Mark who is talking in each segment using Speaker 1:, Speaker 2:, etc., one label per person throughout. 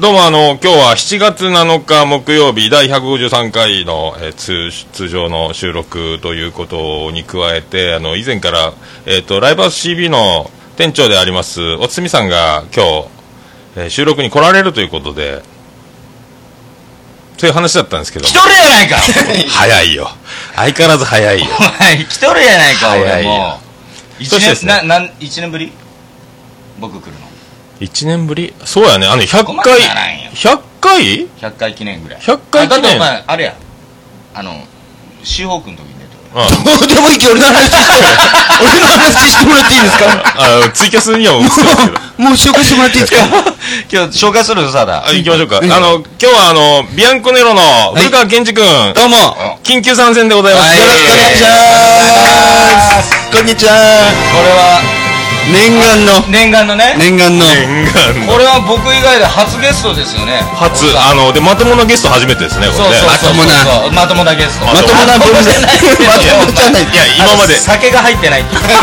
Speaker 1: どうもあの、今日は7月7日木曜日第153回の、えー通通常の収録ということに加えて、あの、以前から、えっ、と、ライブハウス CB の店長であります、おつみさんが今日、えー収録に来られるということで、そういう話だったんですけど
Speaker 2: 来、とるやないか
Speaker 1: 早いよ。相変わらず早いよ。
Speaker 2: お前来とるやないか
Speaker 1: 早
Speaker 2: 俺
Speaker 1: いよ
Speaker 2: もう
Speaker 1: そし
Speaker 2: 一
Speaker 1: てです
Speaker 2: 年
Speaker 1: ね
Speaker 2: ななん一年ぶり僕来るの
Speaker 1: 1年ぶりそうやね、あの、100
Speaker 2: 困
Speaker 1: 回
Speaker 2: らないよ、
Speaker 1: 100回
Speaker 2: 100回記念ぐらい
Speaker 1: 100回記念
Speaker 2: あだってお前あれやあのシーホークの時に出てる
Speaker 1: うん。
Speaker 3: どうでもいいけど俺の話してくれ俺の話してもらっていいですか
Speaker 1: あツイキャスには映ってますけど。
Speaker 3: もう紹介してもらっていいですか
Speaker 2: 今日紹介するのさだ
Speaker 1: あ行きましょうか。あ
Speaker 3: うん
Speaker 1: の、今日はあの、ビアンコネロの古川健二君、
Speaker 3: どうもよろ
Speaker 1: 緊急参戦でございます。
Speaker 2: はい
Speaker 3: しくお願いしますこんにちは
Speaker 2: これは
Speaker 3: 念願の
Speaker 2: 念願のね
Speaker 3: 念願の
Speaker 1: 念願
Speaker 2: これは僕以外で初ゲストですよね
Speaker 1: 初
Speaker 2: そう、
Speaker 1: あの、で、まともなゲスト初めてですね、こ
Speaker 2: そう
Speaker 1: れね。
Speaker 2: そうそう
Speaker 3: まともな
Speaker 2: そうまともなゲスト
Speaker 3: まともな文明まともじゃない
Speaker 1: いや、今まで、そう
Speaker 2: 酒が入ってないっていう
Speaker 3: 今日は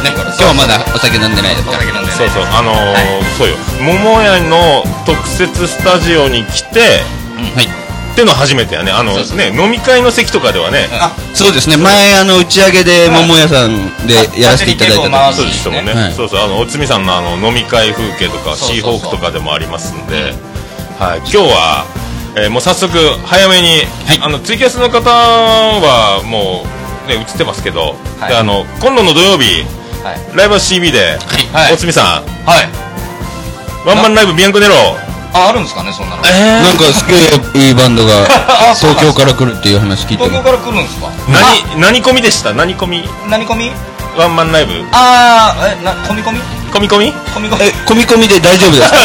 Speaker 3: ね今日はまだお酒飲んでないです
Speaker 2: お
Speaker 3: から
Speaker 2: 酒飲んでね
Speaker 1: そう、あのー、そうよ。桃屋の特設スタジオに来て、
Speaker 3: はい
Speaker 1: ってのは初めてやね。あの
Speaker 2: そうそう
Speaker 1: ね、飲み会の席とかではね、
Speaker 3: あそうですね前あの打ち上げで桃屋さんでやらせていただいた
Speaker 2: あ
Speaker 3: 時
Speaker 1: そうでしたもんね。
Speaker 3: はい
Speaker 1: そうそう、あの、おつみさんのあの、飲み会風景とか、
Speaker 2: そうそうそう
Speaker 1: シーホークとかでもありますんで、はい、今日は、えーもう早速、早めに、
Speaker 3: はい
Speaker 1: あの、ツイキャスの方は、もう、ね、映ってますけど、
Speaker 2: はい
Speaker 1: であの、今度の土曜日、
Speaker 2: はい
Speaker 1: ライブは CB で、
Speaker 2: はい
Speaker 1: おつみさん、
Speaker 2: はい
Speaker 1: ワンマンライブビアンコネロ、
Speaker 2: ああるんですかねそんなの
Speaker 1: え
Speaker 3: なんかすげえいいバンド が
Speaker 2: あそうなんです
Speaker 3: 東
Speaker 2: か
Speaker 3: 京から来るっていう話聞いて
Speaker 2: 東京から来るんですか
Speaker 1: 何、何込みでした何込み
Speaker 2: あ何込み
Speaker 1: ワンマンライブ
Speaker 2: ああえな込み込み
Speaker 1: 込み込み
Speaker 2: 込み込み
Speaker 3: え込み込みで大丈夫 ですか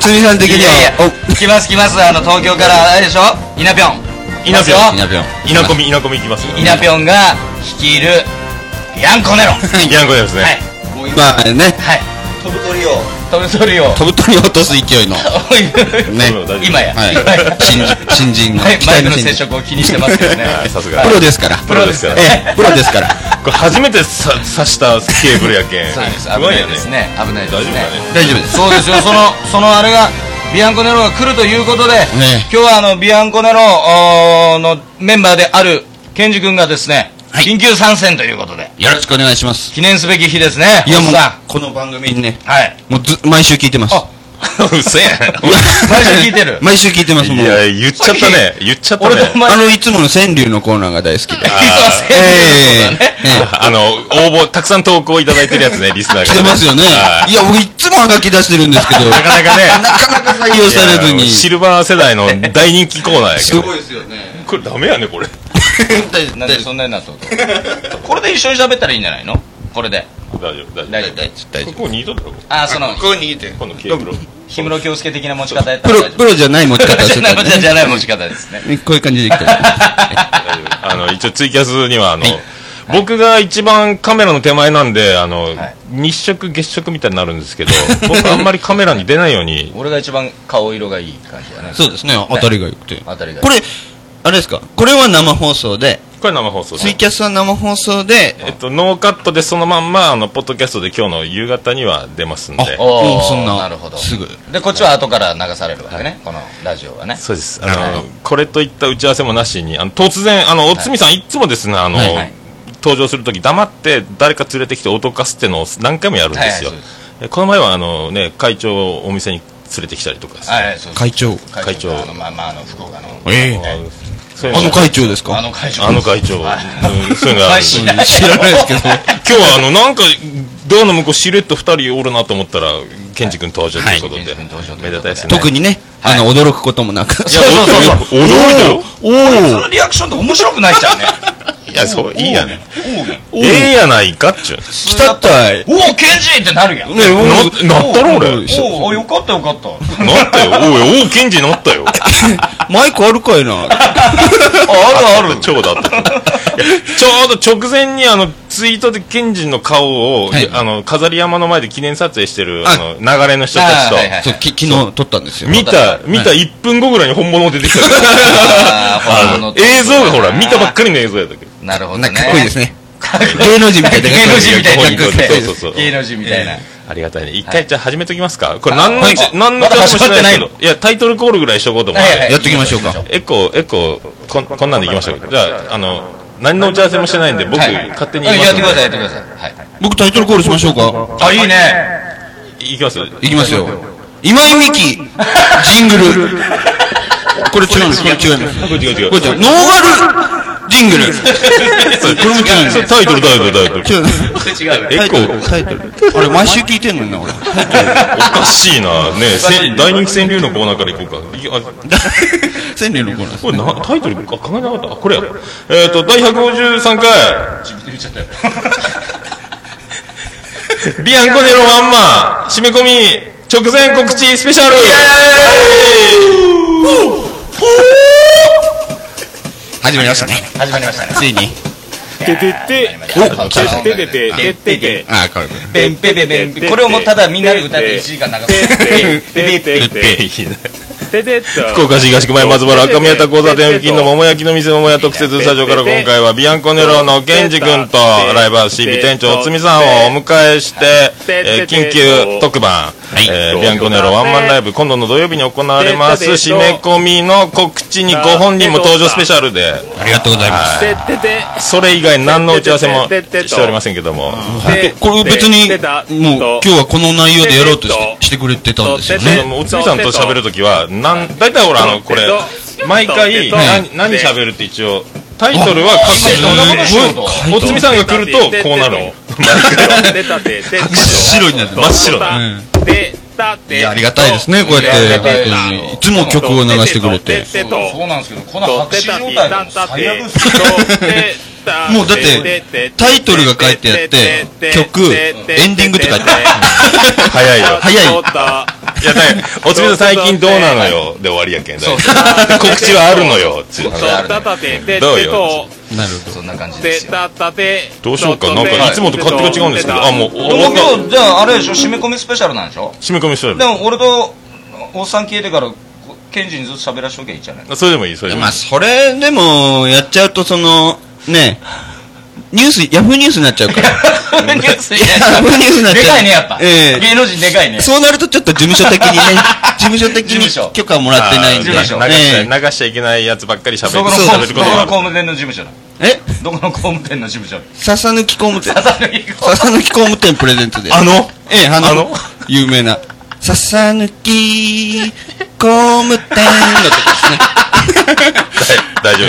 Speaker 3: つみさん的に
Speaker 2: いやいや
Speaker 3: は
Speaker 2: 来ます来ますあの東京からあれでしょイナピョン
Speaker 1: 稲ナぴょ
Speaker 3: お
Speaker 1: ん
Speaker 3: いなぴょん
Speaker 1: 稲込み、稲込み行きますよ
Speaker 2: イナピョンが率いるビアンコネロは
Speaker 1: ビアンコネロですね。
Speaker 2: い
Speaker 3: まあね
Speaker 2: はい
Speaker 4: 飛ぶ鳥を
Speaker 2: 飛び取るよ
Speaker 3: 飛ぶ鳥を落とす勢いの、ね
Speaker 1: そう大丈夫
Speaker 2: 今や
Speaker 3: はい
Speaker 2: 今や、
Speaker 3: 新人新人の、
Speaker 2: はい
Speaker 3: 期
Speaker 2: マ
Speaker 3: 待
Speaker 2: イクの
Speaker 3: の新
Speaker 2: 接
Speaker 3: 人
Speaker 2: 触を気にしてますけどね
Speaker 1: はい、さすが。
Speaker 3: プロですから
Speaker 1: プロですから
Speaker 3: ええプロですから
Speaker 1: これ初めてさ刺したケーブルやけん
Speaker 2: そうです
Speaker 1: す
Speaker 2: 危
Speaker 1: ごい
Speaker 2: ない
Speaker 1: よね
Speaker 2: ですね危ない
Speaker 1: 大丈夫
Speaker 2: です
Speaker 1: だ
Speaker 2: ね
Speaker 1: ね
Speaker 3: 大丈夫です
Speaker 2: そうですよそのそのあれがビアンコネロが来るということで、
Speaker 3: ね
Speaker 2: 今日はあのビアンコネロおーのメンバーであるケンジ君がですね、
Speaker 3: はい
Speaker 2: 緊急参戦ということで
Speaker 3: よろしくお願いします
Speaker 2: 記念すべき日ですね
Speaker 3: いやも
Speaker 2: お
Speaker 3: う
Speaker 2: っさ
Speaker 3: この番組にね
Speaker 2: んはい
Speaker 3: もうず毎週聞いてます
Speaker 2: あ
Speaker 1: うっせ
Speaker 2: 毎週聞いてる
Speaker 3: 毎週聞いてますもう
Speaker 1: えいや言っちゃったね言っちゃったね
Speaker 2: 俺とお前
Speaker 3: あのいつもの川柳のコーナーが大好 きで
Speaker 2: 今
Speaker 3: え
Speaker 2: せん
Speaker 3: えええ
Speaker 1: ああの応募たくさん投稿いただいてるやつねリスナーが
Speaker 3: 来てますよね
Speaker 1: はい
Speaker 3: いや僕いつもはがき出してるんですけど
Speaker 1: なかなかね
Speaker 3: なかなか採用されず
Speaker 1: い
Speaker 3: に
Speaker 1: やシルバー世代の大人気コーナーやけど
Speaker 3: すご
Speaker 4: ですよね
Speaker 1: これダメやねこれ
Speaker 2: なんでそんなになったことこれで一緒に喋ったらいいんじゃないのこれで
Speaker 1: 大丈夫大
Speaker 2: 大
Speaker 1: 丈
Speaker 2: 丈夫大丈
Speaker 3: 大
Speaker 1: 夫
Speaker 3: 丈
Speaker 1: ここにいとったろ
Speaker 2: 夫あその
Speaker 4: ここにいて
Speaker 1: このケーブル
Speaker 2: 氷室京介的な持ち方やった
Speaker 3: 夫
Speaker 2: ら
Speaker 3: プロ
Speaker 2: 大丈
Speaker 3: プロじゃない持ち方
Speaker 2: 夫
Speaker 3: をし
Speaker 2: じ
Speaker 3: て
Speaker 2: ゃ な
Speaker 3: た
Speaker 2: い
Speaker 3: んで
Speaker 2: じゃない持ち方ですね
Speaker 3: こういう感じで来てる
Speaker 1: 大丈夫あの一応ツイキャスにはあの僕が一番カメラの手前なんであの
Speaker 2: はい
Speaker 1: 日食月食みたいになるんですけど僕あんまりカメラに出ないように
Speaker 2: 俺が一番顔色がいい感じだね
Speaker 3: そうですね当たりが良くて
Speaker 2: 当たりがいい
Speaker 3: これあれですかこれは生放送で
Speaker 1: これ生放送です
Speaker 3: ツイキャスは生放送で
Speaker 1: えっと、ノーカットでそのまんま、あの、ポッドキャストで今日の夕方には出ますんで。
Speaker 3: あ
Speaker 2: おー
Speaker 3: もうそんな
Speaker 2: るほど
Speaker 3: すぐ
Speaker 2: でこっちは後から流されるわけねこのラジオはね
Speaker 1: そうです。あの、これといった打ち合わせもなしに、あの、突然、あの、おつみさん、い、つもですね、あの、
Speaker 3: はい
Speaker 2: はい
Speaker 1: 登場するとき黙って誰か連れてきて脅かすってのを何回もやるんですよ。
Speaker 2: はいはいそ
Speaker 1: でこの前は、あの、ね、会長をお店に連れてきたりとかですね
Speaker 2: はいはいそうです
Speaker 3: 会長
Speaker 1: 会長
Speaker 2: あのまあまああの福岡の
Speaker 3: ええ
Speaker 1: あのそういう
Speaker 3: あの会長です
Speaker 2: あ
Speaker 3: か
Speaker 2: の会長
Speaker 1: あの会長、
Speaker 2: はい
Speaker 1: うんそういうのがあるんで
Speaker 2: 知
Speaker 1: す
Speaker 2: らな
Speaker 3: 知ら
Speaker 2: い
Speaker 3: ないですけど
Speaker 1: 今日はあのなんかドアの向こうしれっと2人おるなと思ったらケンジ君登場ということで、
Speaker 2: はいケンジ君登場という
Speaker 1: 目立
Speaker 2: ことで
Speaker 1: たいですね
Speaker 3: 特にねあの驚くこともなく
Speaker 1: いやそうそうそう驚いたよ
Speaker 3: お
Speaker 2: そ
Speaker 3: お
Speaker 2: のリアクションって面白くないじゃんね
Speaker 1: いや、そう、いいやね。
Speaker 3: お
Speaker 1: ええやないかっちゅう。
Speaker 3: 来たったい
Speaker 2: おおケンジってなるやん
Speaker 3: ねお
Speaker 1: な、なったろ、俺。なっ
Speaker 2: おおよかったよか った
Speaker 1: たよ。おい、おう、ケンジなったよ。
Speaker 3: マイクあるかいな
Speaker 1: あるある。超だった。いやちょうど直前に、あの、ツイートでケンジの顔を、
Speaker 3: はい
Speaker 1: あの、飾り山の前で記念撮影してる、
Speaker 3: あ
Speaker 1: あの、流れの人たちと、
Speaker 2: あはいはい
Speaker 3: そうき昨日撮ったんですよ
Speaker 1: 見た、見た1分後ぐらいに本物出てきたから
Speaker 2: あー
Speaker 1: あ
Speaker 2: 本物
Speaker 1: の
Speaker 2: と
Speaker 1: 映像がほら、見たばっかりの映像やったけど。
Speaker 2: なるほど
Speaker 3: な
Speaker 2: ね
Speaker 3: んかかっこいいですね
Speaker 2: かっこいい
Speaker 3: 芸能人みたいな
Speaker 2: 芸能人みたいな
Speaker 1: そうそうそう
Speaker 2: 芸能人みたいな
Speaker 1: えありがたいね。一回じゃあ始めときますか。これ何の
Speaker 2: はい
Speaker 1: じ、何の
Speaker 3: まだ
Speaker 1: 情報もし
Speaker 3: 始まってない
Speaker 1: けどいや、タイトルコールぐらいしとこうと思っ
Speaker 2: はいはい
Speaker 1: て。
Speaker 3: やっていきましょうか。
Speaker 1: エコー、エコー、こんこんなんでいきましょうか。じゃあ、あの、何の打ち合わせもしてないんで、僕、
Speaker 2: はいはい
Speaker 1: 勝手に
Speaker 2: は
Speaker 1: 言
Speaker 2: い
Speaker 1: います
Speaker 2: やっ
Speaker 1: ん
Speaker 2: て
Speaker 1: で
Speaker 2: ください、やってください。はい。
Speaker 3: 僕タイトルコールしましょうか。
Speaker 2: あ、いいね。
Speaker 1: いきます
Speaker 3: いきますよ。今井美樹、ジングル。これ違うんです。これ違います。
Speaker 1: これ違う違う。
Speaker 3: これ違う。ノーガル、ジングル。これも違うんです
Speaker 1: それタイトル、タイトル、タイトル。
Speaker 3: 違う。
Speaker 2: 違うよ。
Speaker 1: エ
Speaker 3: タイ
Speaker 1: コ
Speaker 3: ト
Speaker 1: ー
Speaker 3: ル、、タイトル。俺毎週聞いてんのにな、俺。
Speaker 1: おかしいな。ねえせん大人気川柳のコーナーからいこうか。いあ
Speaker 3: 千里のコーナーです
Speaker 1: これな、タイトルあ考えなかったあこれや。えっと、第153回、
Speaker 2: 自分 で言っちゃったよ。
Speaker 1: ビアンコネロワンマン、締め込み、直前告知スペシャル
Speaker 3: 始まりましたね。
Speaker 2: 始まりましたね。
Speaker 3: ついに。
Speaker 4: ててて、
Speaker 2: お
Speaker 4: ててて、ててて、
Speaker 3: ああ、これ。こ
Speaker 2: ペンペペペンペ。これをもうただみんなで歌って1時間長く。
Speaker 4: てててて、
Speaker 1: えーいいね
Speaker 4: ててっと。
Speaker 1: 福岡市東区前松原赤宮田交差点付近の桃焼きの店桃屋特設スタジオから今回はビアンコネロのケンジ君とライバー CB 店長おつみさんをお迎えして、えー緊急特番、えービアンコネロワンマンライブ今度の土曜日に行われます締め込みの告知にご本人も登場スペシャルで
Speaker 3: ありがとうございます。
Speaker 4: ててて。
Speaker 1: それ以外何の打ち合わせもしておりませんけども
Speaker 4: で
Speaker 3: これ別に、もう今日はこの内容でやろうと
Speaker 4: えっ
Speaker 3: し
Speaker 4: と
Speaker 3: してくれてたんですよ
Speaker 4: え
Speaker 1: で
Speaker 4: え
Speaker 3: ね。
Speaker 1: もおつみさんと喋るときは、なん、大体ほら、あの、これ、毎回、何、何喋るって一応、タイトルは
Speaker 2: すごい
Speaker 1: 書く。おつみさんが来ると、こうなるの。
Speaker 4: てたてて。
Speaker 3: 白になって
Speaker 1: 真っ白だ。
Speaker 4: てたて。
Speaker 3: いやありがたいですね、こうやって。本当にいつも曲を流してくれて。
Speaker 2: そうそうなんですけど、この白紙状態がもう最悪ですよ。
Speaker 3: もうだって、タイトルが書いてあって、曲、エンディングって書いてあ
Speaker 1: 早いよ。
Speaker 3: 早い
Speaker 1: いや、だからおつみさん最近どうなのよ、で終わりやけん。だいたい告知はあるのよ、つう
Speaker 2: それあるね
Speaker 1: どうよ
Speaker 3: る。なるほど。
Speaker 2: そんな感じですよ。
Speaker 1: どうしようか、なんか、いつもと勝手が違うんですけど、あ、もう、終わ
Speaker 2: 東
Speaker 1: った。
Speaker 2: 京、じゃああれでしょ、締め込みスペシャルなんでしょ
Speaker 1: 締め込みしと
Speaker 2: で
Speaker 1: る。
Speaker 2: も俺とおっさん消えてから、ケンジにずっと喋らしときゃいいじゃない
Speaker 1: それでもいい、それでも
Speaker 3: ま
Speaker 1: い
Speaker 3: あ、
Speaker 1: い。
Speaker 3: それでも、やっちゃうと、その、ね、ニュース、ヤフーニュースになっちゃうから。
Speaker 2: ニュースい
Speaker 3: やニュースになっちゃ
Speaker 2: で
Speaker 3: う
Speaker 2: かいね、やっぱ。
Speaker 3: ええ
Speaker 2: 芸能人でかいね。
Speaker 3: そうなると、ちょっと事務所的にね、事務所的
Speaker 2: 事務所
Speaker 3: に許可もらってないんで。
Speaker 2: 事務所
Speaker 1: 流しちゃ
Speaker 3: ね
Speaker 1: 流しちゃいけないやつばっかり喋
Speaker 2: どこの
Speaker 1: る
Speaker 2: 工
Speaker 1: 喋る
Speaker 2: ど
Speaker 1: こ
Speaker 2: ことの
Speaker 1: があ
Speaker 2: 工
Speaker 1: る。
Speaker 2: 務店の事務所だ。
Speaker 3: え
Speaker 2: どこの工務店の事務所だ。
Speaker 3: 笹抜き工務店。
Speaker 2: 朝抜き工
Speaker 3: 笹抜き工務店プレゼントで。
Speaker 1: あの
Speaker 3: ええ、あの、
Speaker 1: あの
Speaker 3: 有名な。笹抜き工務店のとこですね。
Speaker 1: 大丈夫で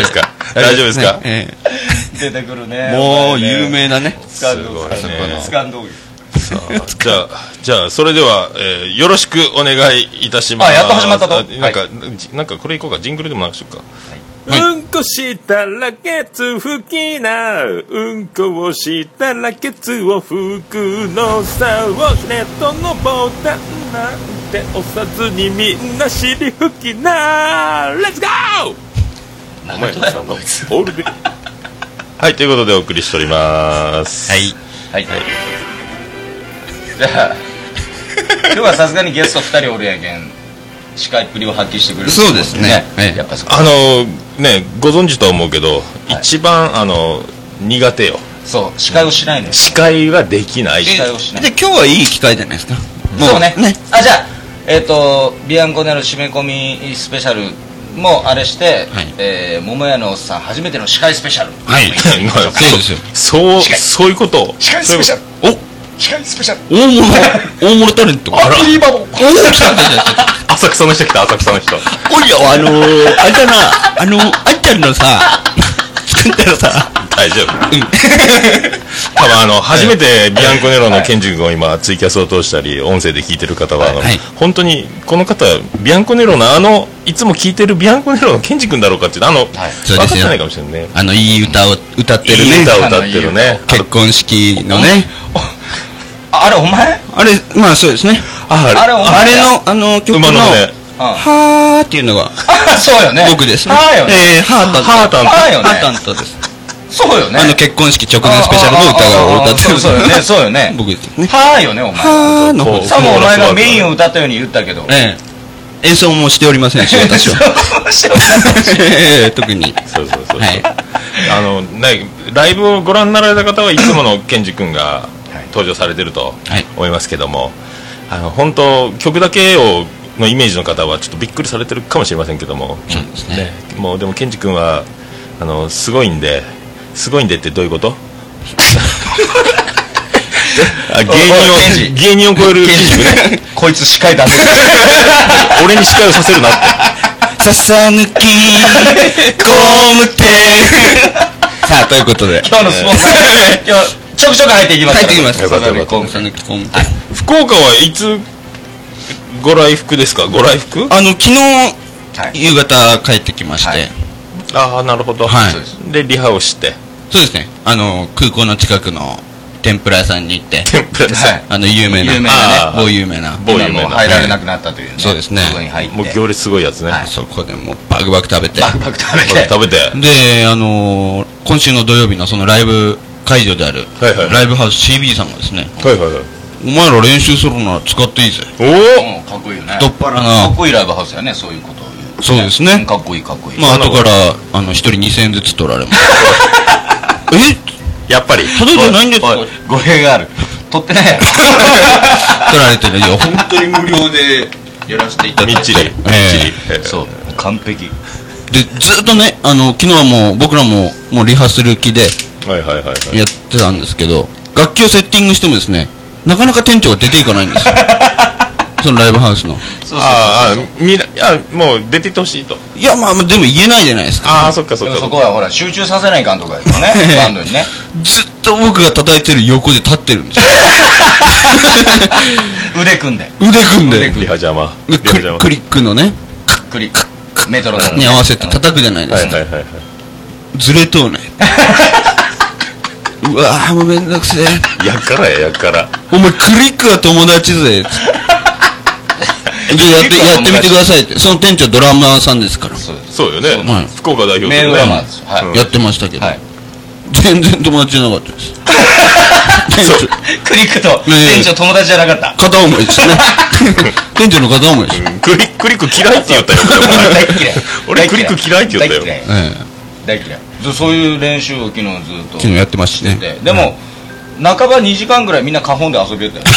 Speaker 1: すか大丈夫ですか
Speaker 3: え
Speaker 2: 出てくる
Speaker 3: え
Speaker 2: ね。
Speaker 3: もう有名なね。
Speaker 2: つかんど
Speaker 1: すごいね
Speaker 2: つかんどぎ。
Speaker 1: じゃあ、じゃあ、それでは、えーよろしくお願いいたします。
Speaker 2: あやっと始まったと
Speaker 1: あなんか、じなんかこれいこうか、ジングルでも流しとくか。
Speaker 4: うんこしたらケツ拭きなうんこをしたらケツを拭くのさウォシュレットのボタンなんて押さずにみんな尻拭きなレッツゴーオール で
Speaker 1: はい、ということでお送りしております。
Speaker 3: はい。
Speaker 2: はい。じゃあ、今日はさすがにゲスト2人おるやけん、司会っぷりを発揮してくれる
Speaker 3: そうですねええ
Speaker 2: やっぱそう
Speaker 1: あの、ね、ご存知とは思うけど、一番、あの、苦手よ。
Speaker 2: そう、司会をしないのよ。
Speaker 1: 司会ができない。
Speaker 2: 司会をしない。
Speaker 3: で、今日はいい機会じゃないですか。も
Speaker 2: そうね。あ、じゃあ、えっ、と、ビアンコネロ締め込みスペシャルもあれして、
Speaker 3: はい
Speaker 2: えー桃屋のおっさん初めての司会スペシャル。
Speaker 3: はい。
Speaker 1: な
Speaker 3: そうですよ。
Speaker 1: そう、
Speaker 2: 司会
Speaker 1: そういうこと。
Speaker 2: 司会スペシャル。
Speaker 3: お
Speaker 2: 司会スペシャル。
Speaker 3: 大物、大物タレント。あら。お ー来た来た来た来た。
Speaker 1: 浅草の人来た、浅草の人。
Speaker 3: 今夜はあのー、あれだな、あのー、あんちゃんのさ、作ったらさ、
Speaker 1: 大丈夫。多分あの、初めてビアンコネロのケンジ君を今、ツイキャスを通したり、音声で聞いてる方は、あの
Speaker 3: はい
Speaker 1: 本当に、この方、ビアンコネロのあの、いつも聞いてるビアンコネロのケンジ君だろうかっていう、あの、分か
Speaker 3: そうですよ
Speaker 1: ってないかもしれないね。
Speaker 3: あの、いい歌を歌って
Speaker 1: い
Speaker 3: るね。
Speaker 1: い歌を歌ってるね。
Speaker 3: 結婚式のね。
Speaker 2: ああれ、お前
Speaker 3: あれ、まあそうですね。
Speaker 1: あ
Speaker 2: あれお
Speaker 3: あ
Speaker 2: 前
Speaker 3: れ
Speaker 2: だ
Speaker 3: の、あの、曲
Speaker 1: 馬
Speaker 3: の、
Speaker 1: のね、
Speaker 3: はーっていうのが、
Speaker 2: あ、 そうよね。
Speaker 3: 僕ですね。
Speaker 2: あよね。
Speaker 3: えー、はーたんと。
Speaker 1: ハータンと
Speaker 2: あよね
Speaker 3: はーたんとです。
Speaker 2: そうよね。
Speaker 3: あの、結婚式直前スペシャルの歌が歌ってる。
Speaker 2: そうそうよね、そうよね。
Speaker 3: 僕ですね。
Speaker 2: はーよね、お前。
Speaker 3: はーの方
Speaker 1: そう
Speaker 3: です。
Speaker 2: さもお前がメインを歌ったように言ったけど。
Speaker 3: ええ。演奏もしておりませんし、私は。 ええ特に。
Speaker 1: そうそうそうそう。
Speaker 3: はい
Speaker 1: あの、ね、ライブをご覧になられた方はいつものケンジ君が、登場されてると
Speaker 3: はい
Speaker 1: 思いますけども、あの本当曲だけをのイメージの方はちょっとびっくりされてるかもしれませんけども、
Speaker 3: そうですね
Speaker 1: もうでもケンジ君はあのすごいんですごいんでってどういうことあ芸
Speaker 2: おい
Speaker 1: 人
Speaker 2: ケ
Speaker 1: を
Speaker 2: ン
Speaker 1: 芸人を超えるケンジ君ね
Speaker 2: こいつ司会だぞ
Speaker 1: 俺に司会をさせるなって
Speaker 3: ささぬきゴムテ さあということで
Speaker 2: 今日のスポンサー今日ちょくちょく入っていきます
Speaker 3: 帰
Speaker 2: か
Speaker 3: って
Speaker 2: ら
Speaker 3: きます
Speaker 1: よかったよかった
Speaker 3: ささぬきゴムテ
Speaker 1: 福岡はいつご来福ですかご来福
Speaker 3: あの昨
Speaker 2: はい
Speaker 3: 日夕方帰ってきまして、
Speaker 2: はい
Speaker 1: ああなるほど、
Speaker 3: はい
Speaker 2: そうです
Speaker 1: でリハをして
Speaker 3: そうですねあの空港の近くの天ぷら屋さんに行って
Speaker 1: 天ぷら屋さん
Speaker 2: はい
Speaker 3: あの有名な
Speaker 2: 有名な
Speaker 1: ね
Speaker 3: 某有名な
Speaker 1: 某有名な
Speaker 2: 今もう入られなくなったというね
Speaker 3: そうですね
Speaker 2: そこに入って
Speaker 1: もう行列すごいやつね、
Speaker 2: はい
Speaker 3: そこでもうバクバク食べて
Speaker 2: バクバク食べて
Speaker 1: 食べて
Speaker 3: であのー今週の土曜日のそのライブ会場である、
Speaker 1: はいはい
Speaker 3: ライブハウス CB さんがですね
Speaker 1: はいはいはい
Speaker 3: お前ら練習するなら使っていいぜ
Speaker 1: おお
Speaker 2: うんかっこいいよね
Speaker 3: 太っ腹な
Speaker 2: かっこいいライブハウスやねそういうことを言う
Speaker 3: そうですね
Speaker 2: んかっこいいかっこいい
Speaker 3: まあ
Speaker 1: そんな
Speaker 3: 後
Speaker 1: こ
Speaker 3: か
Speaker 1: と
Speaker 3: らあの1人2000円ずつ取られます え
Speaker 1: やっぱり
Speaker 3: 届いてないんですか
Speaker 2: おい語弊がある取ってないやろ
Speaker 3: 取られてるいや本当に無料でやらせていた
Speaker 1: みっちりみっちり、 ええ
Speaker 2: そう完璧
Speaker 3: でずっとねあの昨日はもう僕らももうリハする気で
Speaker 1: はいはいはいはい
Speaker 3: やってたんですけど楽器をセッティングしてもですねなかなか店長が出ていかないん ですよそのライブハウスの
Speaker 2: そうそう
Speaker 1: あーあーみなあもう出てってほしいと
Speaker 3: いやまあまあでも言えないじゃないですか
Speaker 1: ああそっかそっ
Speaker 2: そう
Speaker 1: か
Speaker 2: でもそ
Speaker 1: っ
Speaker 2: こ
Speaker 1: か
Speaker 2: はほら集中させない監督がいるよねバンドに ね
Speaker 3: ずっと僕が叩いてる横で立ってるんですよ
Speaker 2: 腕組んで
Speaker 3: 腕組んで
Speaker 1: リハ邪魔リ
Speaker 3: で
Speaker 1: ハ
Speaker 3: クリ
Speaker 1: 邪魔
Speaker 3: クリックのね
Speaker 2: クリメトロノーム
Speaker 3: に合わせて叩くじゃないで
Speaker 1: は
Speaker 3: す
Speaker 1: い
Speaker 3: か、
Speaker 1: はいはいはい
Speaker 3: ずれとうね うわーもうめんどくせえ
Speaker 1: やっからややっから
Speaker 3: お前クリックは友達ぜつってでやって
Speaker 2: クリックは友達
Speaker 3: やってみてくださいってその店長ドラマーさんですから
Speaker 2: そうです
Speaker 1: そうよね、
Speaker 2: そう
Speaker 3: はい
Speaker 1: 福岡代表
Speaker 2: メール
Speaker 1: ね
Speaker 2: ラマーですよはい
Speaker 1: うん
Speaker 3: やってましたけど、
Speaker 2: はい
Speaker 3: 全然友達じゃなかったです
Speaker 1: そう
Speaker 3: 店長
Speaker 2: クリックと
Speaker 3: ねえ
Speaker 2: 店長友達じゃな かった
Speaker 3: 片思いですね店長の片思いです、
Speaker 1: クリクリック嫌いって言った よ俺も
Speaker 2: 大っ嫌い
Speaker 1: 俺クリック嫌いって言ったよ
Speaker 2: 大嫌い
Speaker 3: ええ
Speaker 2: 大嫌いずそういう練習を昨日ずっと
Speaker 3: 昨日やってましたね
Speaker 2: ででも半ば2時間ぐらいみんな花本で遊び よったよ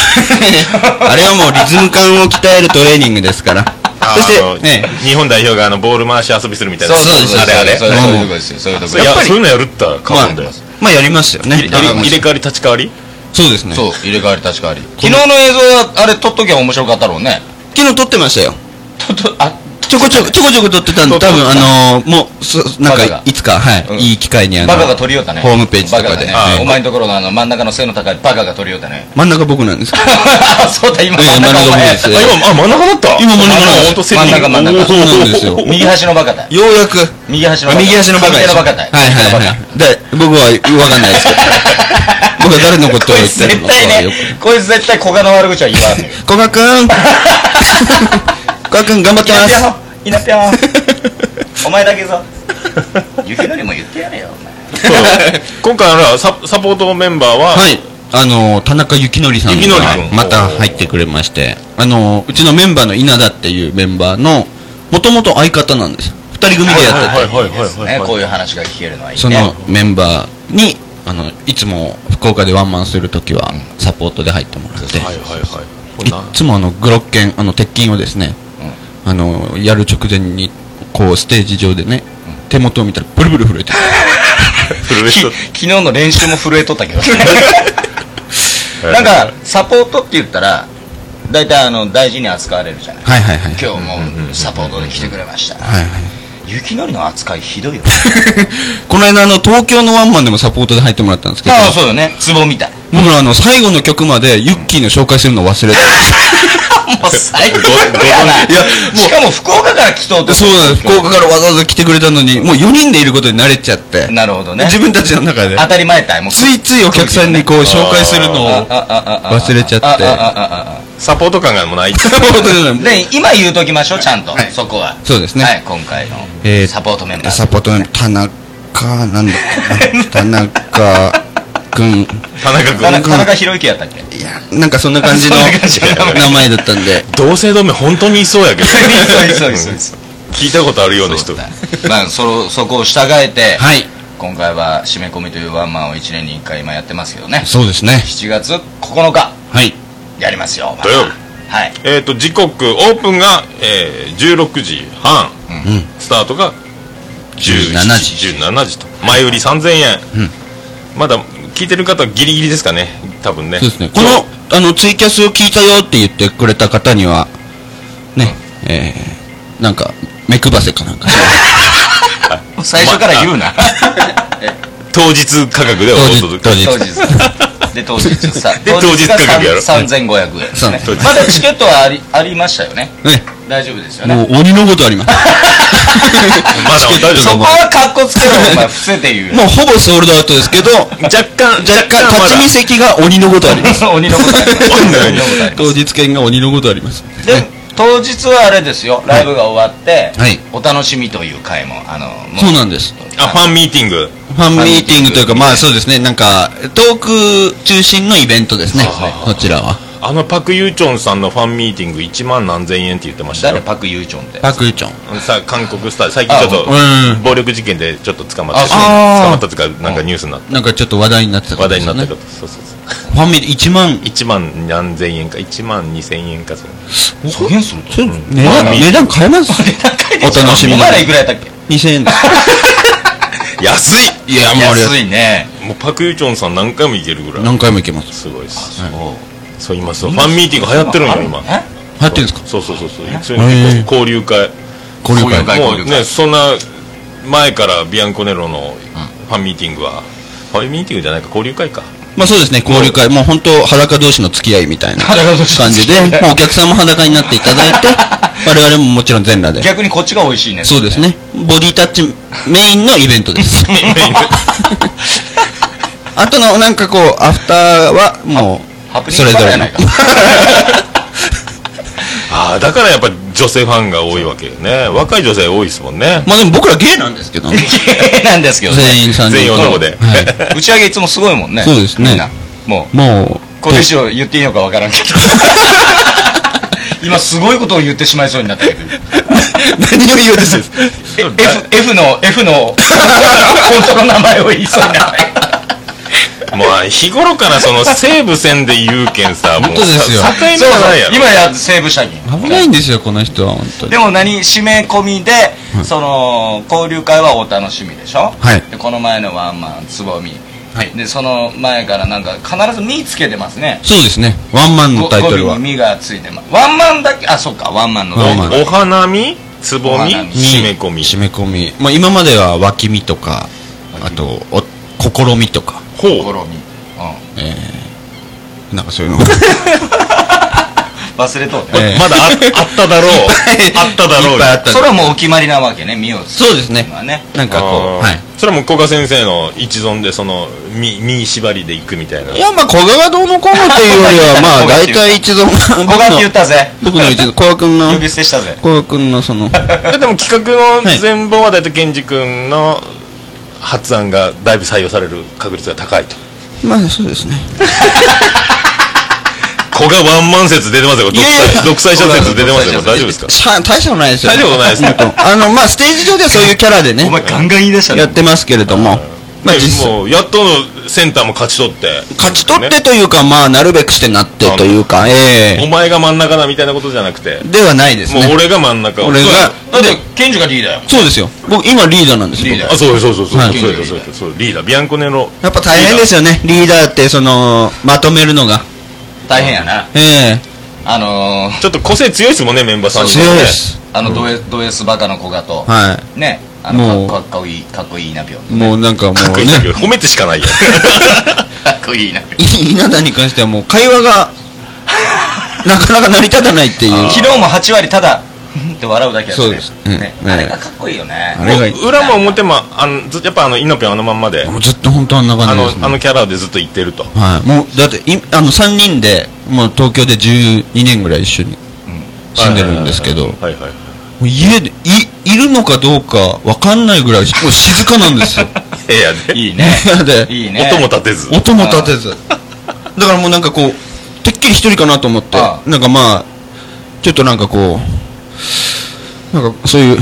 Speaker 3: あれはもうリズム感を鍛えるトレーニングですから。
Speaker 1: あ
Speaker 3: そ
Speaker 1: ー
Speaker 3: し
Speaker 1: あの
Speaker 3: て、ね、
Speaker 1: 日本代表があのボール回し遊びするみたいな
Speaker 3: そうそうそう
Speaker 1: あれあれ
Speaker 2: そうそういうとこですよそういうとこ
Speaker 1: い
Speaker 2: です
Speaker 1: や
Speaker 2: よ
Speaker 1: そういうのやるった
Speaker 3: ま
Speaker 1: か
Speaker 3: あ
Speaker 1: もんだよ、、
Speaker 3: まあやりましたよね。
Speaker 1: 入れ入れ替わり立ち替わり
Speaker 3: そうですね。
Speaker 2: そう入れ替わり立ち替わり昨日の映像はあれ撮っときゃ面白かったろうね
Speaker 3: 昨日撮ってましたよ。
Speaker 2: ととあ
Speaker 3: ちょこちょこ、ちょこちょこ撮ってたんで、多分あのー、もう、そなん
Speaker 2: バカが
Speaker 3: か、いつか、はい、
Speaker 2: うん
Speaker 3: いい機会にあの、
Speaker 2: バカが取りよったね
Speaker 3: ホームページとか
Speaker 2: バカ
Speaker 3: で。
Speaker 2: がね
Speaker 1: あ
Speaker 3: は
Speaker 2: お
Speaker 3: い
Speaker 2: 前のところのあの真ん中の背の高いバカが取りよった ね
Speaker 3: 真ん中僕なんですけど。
Speaker 2: そうだ今
Speaker 3: ええ
Speaker 2: 真ん中お前やっ
Speaker 3: 真ん中
Speaker 2: た
Speaker 1: あ今
Speaker 3: 僕で
Speaker 1: あ真ん中だった
Speaker 3: 今真ん中なんです
Speaker 1: 本当セッティング
Speaker 2: 真ん中真ん中
Speaker 1: おー
Speaker 3: そうなんですよ
Speaker 2: 右端のバカだ
Speaker 3: ようやく、
Speaker 2: 右端のバカ
Speaker 3: 右足のバカ
Speaker 2: 右
Speaker 3: で
Speaker 2: 手
Speaker 3: す。
Speaker 2: の
Speaker 3: は
Speaker 2: バ
Speaker 3: い
Speaker 2: カだ
Speaker 3: はいはい。で、僕はわかんないですけど。僕は誰のこと
Speaker 2: こ
Speaker 3: を
Speaker 2: い
Speaker 3: 言っ
Speaker 2: つ
Speaker 3: てる
Speaker 2: 絶
Speaker 3: のかは
Speaker 2: 対
Speaker 3: よ
Speaker 2: ね
Speaker 3: く。
Speaker 2: こいつ絶対古賀の悪口は言わんのよ
Speaker 3: 古賀くん古賀くん頑張ってます。
Speaker 2: いなぴょんいな ぴょんお前だけぞ雪のりも言ってやれよお前
Speaker 1: そう 今回のササポートメンバーは、
Speaker 3: はい。あの、田中幸典さん
Speaker 1: 幸典
Speaker 3: が
Speaker 1: 君
Speaker 3: また入ってくれまして、あの、うちのメンバーの稲田っていうメンバーの、もともと相方なんですよ。二人組でやって
Speaker 1: はい
Speaker 3: て、
Speaker 1: はいはい
Speaker 2: いいです
Speaker 1: はい
Speaker 2: ねこういう話が聞けるのはいいね
Speaker 3: そのメンバーに、あの、いつも福岡でワンマンするときは、サポートで入ってもらって、
Speaker 1: はい
Speaker 3: い
Speaker 1: はいはいこんな
Speaker 3: つもあの、グロッケン、あの、鉄筋をですね、あの、やる直前に、こう、ステージ上でね、手元を見たらブルブル震えてる。
Speaker 1: 震え
Speaker 2: き
Speaker 1: そう
Speaker 2: 昨日の練習も震えとったけどねなんかサポートって言ったら大体あの大事に扱われるじゃない
Speaker 3: はいはいはい。
Speaker 2: 今日もサポートで来てくれました
Speaker 3: はいはい。
Speaker 2: 雪のりの扱いひどいよ
Speaker 3: この間あの東京のワンマンでもサポートで入ってもらったんですけど
Speaker 2: ああそうよねツボみたい
Speaker 3: 僕らあの最後の曲までユッキーの紹介するの忘れて
Speaker 2: もう最高やない
Speaker 3: やもう
Speaker 2: しかも福岡から来とうと
Speaker 3: そうなんです福岡からわざわざ来てくれたのにもう4人でいることに慣れちゃって
Speaker 2: なるほどね
Speaker 3: 自分たちの中で
Speaker 2: 当たり前だいもう
Speaker 3: ついついお客さんにこう紹介するのを忘れちゃって
Speaker 1: サポート感がもうない
Speaker 3: サポートじゃない
Speaker 2: で今言うときましょうちゃんと、
Speaker 3: はい
Speaker 2: そこは
Speaker 3: そうですね
Speaker 2: はい今回の
Speaker 3: えー
Speaker 2: サポートメンバー、
Speaker 3: サポートの田中なんだっけ田中君
Speaker 1: 田中
Speaker 2: 田中
Speaker 1: 君
Speaker 2: 田中宏之やったっけ
Speaker 3: いやなんかそんな感じの
Speaker 2: そんな感じの名前
Speaker 3: 名前だったんで
Speaker 1: 同姓同名本当にいそうやけど
Speaker 2: そうそうそうそう
Speaker 1: 聞いたことあるような人
Speaker 2: まあそのそこを従えて、
Speaker 3: はい
Speaker 2: 今回は締め込みというワンマンを1年に1回今やってますけどね
Speaker 3: そうですね。
Speaker 2: 7月9日
Speaker 3: はい。
Speaker 2: やりますよ
Speaker 1: 土曜日
Speaker 2: はい
Speaker 1: えっと時刻オープンが、えー16時半、
Speaker 3: うん。
Speaker 1: スタートが17
Speaker 3: 17
Speaker 1: 時 ,17 時と前売り3000円、まだ聞いてる方はギリギリですかね多分ね
Speaker 3: そうですね。この、あの、ツイキャスを聞いたよって言ってくれた方には、ね、えー、なんか、目配せかなんか。
Speaker 2: 最初から言うな
Speaker 1: 当日価格でお届け
Speaker 3: 当日
Speaker 2: 当日で当日さ
Speaker 1: で当日価格やろ
Speaker 2: 当日が3500円ですね
Speaker 1: そう当日
Speaker 2: まだチケットはありありましたよね
Speaker 3: ね、
Speaker 2: 大丈夫ですよね
Speaker 3: もう鬼のことあります。
Speaker 1: まだ大丈
Speaker 2: そ
Speaker 1: 夫
Speaker 2: こはカッコつけろお前伏せて言うよ
Speaker 3: もうほぼソールドアウトですけど、
Speaker 1: 若
Speaker 3: 若
Speaker 1: 干若干
Speaker 3: 干、
Speaker 1: ま
Speaker 3: 立ち見
Speaker 1: だ
Speaker 3: 席が鬼のことあります。
Speaker 2: 鬼のことあります
Speaker 1: 鬼のことありま
Speaker 2: 鬼のことありま
Speaker 3: 当日券が鬼のことあります。
Speaker 2: すで当日はあれですよライブが終わって、
Speaker 3: はい
Speaker 2: お楽しみという会もあのも
Speaker 3: そうなんです。
Speaker 1: あファンミーティング
Speaker 3: ファンミーティングというか、まあそうですね、なんか、トーク中心のイベントですね、こちらは。
Speaker 1: あのパク・ユーチョンさんのファンミーティング1万何千円って言ってました
Speaker 2: 誰
Speaker 1: よ
Speaker 2: パク・ユーチョンって
Speaker 3: パクユチョン。
Speaker 1: さ韓国スター最近ちょっと
Speaker 3: あうん
Speaker 1: 暴力事件でちょっと捕まって
Speaker 2: あ
Speaker 1: 捕
Speaker 2: そう
Speaker 1: まったとかなんかニュースになって
Speaker 3: なんかちょっと話題になってた
Speaker 1: 話
Speaker 3: 方
Speaker 1: 題
Speaker 3: で
Speaker 1: に
Speaker 3: すよ
Speaker 1: なっ
Speaker 3: ね
Speaker 1: たけど、そうそうそう
Speaker 3: ファンミー1万、
Speaker 1: 1万何千円か1万2千円かそう
Speaker 2: そげんする
Speaker 3: ちょ値段、値段変えます お楽しみ
Speaker 2: お
Speaker 3: に
Speaker 2: 前らいくらやったっけ
Speaker 3: 2000円です。
Speaker 1: 安い
Speaker 3: いや、もうあれ
Speaker 2: 安、いね
Speaker 1: もうパク・ユーチョンさん何回も行けるぐらい
Speaker 3: 何回もいけます。
Speaker 1: すごいです
Speaker 2: そ
Speaker 1: そ
Speaker 2: う
Speaker 1: う今そうファンミーティング流行ってるんよ今
Speaker 2: え
Speaker 3: 入ってるんですか
Speaker 1: そうそうそうそうそういうの結構交流会
Speaker 3: 交流
Speaker 2: 交流
Speaker 3: 会。
Speaker 2: 会
Speaker 1: もうねそんな前からビアンコネロのファンミーティングはファンミーティングじゃないか交流会か
Speaker 3: まあそうですね、交流会。もう本当裸同士の付き合いみたいな
Speaker 2: 裸同士の
Speaker 3: 感
Speaker 2: 付
Speaker 3: じ
Speaker 2: き合い
Speaker 3: で、もうお客さんも裸になっていただ いて、我々ももちろん全裸で。
Speaker 2: 逆にこっちが美味しいね
Speaker 3: そうですね。ボディタッチメインのイベントです。あとのなんかこう、アフターはも
Speaker 2: ハプ
Speaker 3: う、
Speaker 2: ニン
Speaker 3: そ
Speaker 2: グ
Speaker 3: れ
Speaker 2: バー
Speaker 3: ぞ
Speaker 2: や
Speaker 3: れの
Speaker 2: ない。か
Speaker 1: ああだからやっぱ女性ファンが多いわけよね若い女性多いですもんね
Speaker 3: まあでも僕らゲイなんですけど、 ね、
Speaker 2: なんですけどね
Speaker 3: 全員さん
Speaker 1: 全員男で
Speaker 3: はい。
Speaker 2: 打ち上げいつもすごいもんね
Speaker 3: そうですね
Speaker 2: みんなもう
Speaker 3: もう、
Speaker 2: これ以上言っていいのかわからん けど今すごいことを言ってしまいそうになったけど
Speaker 3: 何を言おうとしてるんです
Speaker 2: え F, F の F の本当の名前を言いそうになった
Speaker 1: もう日頃からその西武線で言うけん さもう
Speaker 3: 本当ですよ
Speaker 1: さ境目
Speaker 2: そう
Speaker 1: が
Speaker 2: な
Speaker 1: ない
Speaker 2: ん
Speaker 1: やろ
Speaker 2: 今やセーブしたき
Speaker 3: 危ないんですよ、この人は、本当に
Speaker 2: で。も何締め込みで、その交流会はお楽しみでしょ、
Speaker 3: はい
Speaker 2: でこの前のワンマンつぼみ、
Speaker 3: はい
Speaker 2: でその前からなんか必ず「み」つけてますね
Speaker 3: そうですね。ワンマンのタイト
Speaker 2: ご語
Speaker 3: ル
Speaker 2: 尾
Speaker 3: は
Speaker 2: に。みがついてますワンマンだけあそっかワンマンの
Speaker 3: ワンマン
Speaker 1: お花見つぼみ
Speaker 2: お花見
Speaker 1: 締め込み
Speaker 3: 締め込み。まあ今までは脇見とか、あと、お試みとか、
Speaker 1: ほう
Speaker 2: 試み、
Speaker 3: えー、なんかそういうの。
Speaker 2: うん、忘れとうね、
Speaker 3: えー
Speaker 1: まだああっただろうあっただろ
Speaker 3: いうっぱいあったん
Speaker 2: それはもうお決まりなわけねみをつけ
Speaker 3: そうですね
Speaker 2: まあね
Speaker 3: なんかこ
Speaker 1: あ
Speaker 3: う、
Speaker 1: ー
Speaker 3: はい。
Speaker 1: それはもう古賀先生の一存でその身身縛りで行くみたいない
Speaker 3: や、まあ、古賀がどうのこうのっていうよりは、まあ、大体一度、
Speaker 2: 小川って言ったぜ
Speaker 3: 僕の一度、古賀君の、
Speaker 2: 呼び
Speaker 3: 古
Speaker 2: 捨てしたぜ
Speaker 3: 賀君のその、
Speaker 1: えでも企画の全貌は大体健二君の発案がだいぶ採用される確率が高いと
Speaker 3: まあ、そうですね。
Speaker 1: 古賀ワンマン説出てますよ
Speaker 3: いやいやいや
Speaker 1: 独裁独裁者説出てますよ
Speaker 2: 独
Speaker 1: 大
Speaker 2: 裁者説
Speaker 1: 丈夫ですか
Speaker 3: さ大したことないですよ。
Speaker 1: 大したことないですね
Speaker 3: 本当あの、まあ、ステージ上ではそういうキャラでね
Speaker 2: お、前ガンガン言い出したね
Speaker 3: やってますけれども、まあ、実
Speaker 1: で
Speaker 3: 際、
Speaker 1: もうやっとのセンターも勝ち取って
Speaker 3: 勝ち取って
Speaker 1: ね
Speaker 3: というか、まあ、なるべくしてなってというか、
Speaker 1: お
Speaker 3: え
Speaker 1: 前が真ん中だみたいなことじゃなくて
Speaker 3: え、ではないです
Speaker 1: もう
Speaker 3: ね。
Speaker 1: 俺が真ん中を
Speaker 3: 俺
Speaker 1: そうや
Speaker 2: だ
Speaker 3: が、
Speaker 2: ってケンジがリーダーやもん
Speaker 3: そうですよ。僕、今リーダーなんですよ。
Speaker 2: リーダー
Speaker 1: あそうそうそうそう、
Speaker 3: はい
Speaker 1: そうやそうやそうやリーダービアンコネの
Speaker 3: 僕やっぱ大変ですよね。リーダーって、その、まとめるのが。
Speaker 2: 大変やな
Speaker 3: ええ
Speaker 2: あのー
Speaker 1: ちょっと個性強いですもんねメンバーさんとかね
Speaker 3: 強いです。
Speaker 2: あのド S,、ド S バカの子がと、
Speaker 3: は
Speaker 2: ねあ
Speaker 3: も
Speaker 2: の
Speaker 3: う
Speaker 2: かかっこいいかっこいいなびょ
Speaker 3: い。もうなんかも
Speaker 1: かっこ
Speaker 3: う
Speaker 1: いいんだけ
Speaker 3: ね
Speaker 1: ど、褒めてしかないよ
Speaker 2: かっこいいなびょ
Speaker 3: 稲田に関してはもう会話が、 なかなか成り立たないっていう。
Speaker 2: 昨日も8割ただ うんって笑うだけやったね
Speaker 3: そうですうん
Speaker 2: ね
Speaker 3: ね
Speaker 2: あれがかっこいいよね
Speaker 3: あれがいい
Speaker 1: もう裏も表もあのずやっぱあのイノピョンあのまんまで
Speaker 3: もうずっと本当あんな
Speaker 1: あ
Speaker 3: 感じ
Speaker 1: の
Speaker 3: です、ね。
Speaker 1: あのキャラでずっと言ってると
Speaker 3: はい。もう、だって、いあの、3人で、もう東京で12年ぐらい一緒に住んでるんですけど、も
Speaker 1: はいはいはいう
Speaker 3: 家で、い、いるのかどうかわかんないぐらい、もう静かなん ですよ。
Speaker 1: 部屋で
Speaker 2: いいね
Speaker 3: 部屋で、
Speaker 2: いいね
Speaker 1: 音も立てず
Speaker 3: 音も立てず。だからもうなんかこう、てっきり一人かなと思って
Speaker 2: あ、あ
Speaker 3: なんかまあ、ちょっとなんかこう、なんかそういう、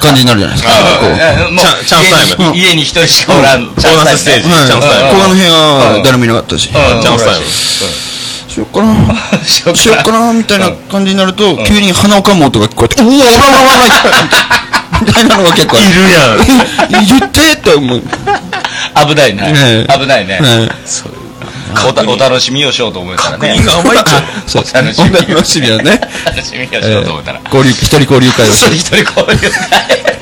Speaker 3: 感じになるじゃないですか。 こう
Speaker 2: あもう
Speaker 1: チャンチャンスタイム
Speaker 2: 家に家に一人しかおらん。ボ
Speaker 1: ボーナスステージ
Speaker 3: はい
Speaker 1: チャンスタイ
Speaker 3: 後
Speaker 1: ム
Speaker 3: 半の辺は誰もいなかったし、
Speaker 1: チャンスタイム
Speaker 3: しよっかな、
Speaker 2: しよっ
Speaker 3: しよっ
Speaker 2: か
Speaker 3: か
Speaker 2: な。
Speaker 3: なみたいな感じになると、急に鼻をかむ音が聞こえて、うわ、おらおらおら みたいなのが結構ある。
Speaker 1: るやん
Speaker 3: 言ってって思う。
Speaker 2: 危ない
Speaker 3: ね
Speaker 2: ね。
Speaker 3: え
Speaker 2: 危ないね。
Speaker 3: ね
Speaker 2: そうおたお楽しみをしようと思ったらね。
Speaker 1: 人が甘い っちゃう
Speaker 3: そうですね。
Speaker 2: 楽しみ
Speaker 3: お楽しみはね。
Speaker 2: 楽しみをしようと思ったら。
Speaker 3: 交流、一人交流会を
Speaker 2: それ
Speaker 3: し
Speaker 2: 一人交流会。
Speaker 3: て。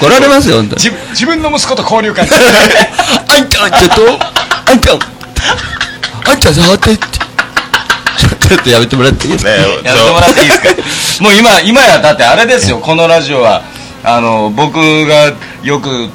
Speaker 3: 来られますよ、本当に。
Speaker 2: 自分自分の息子と交流会。
Speaker 3: あんた、ちょっと、あんた、あんた触ってって。ちょっとやめてもらっていいですか
Speaker 1: ね
Speaker 2: やってもらっていいですかもう今今やだってあれですよこのラジオはあの僕がよく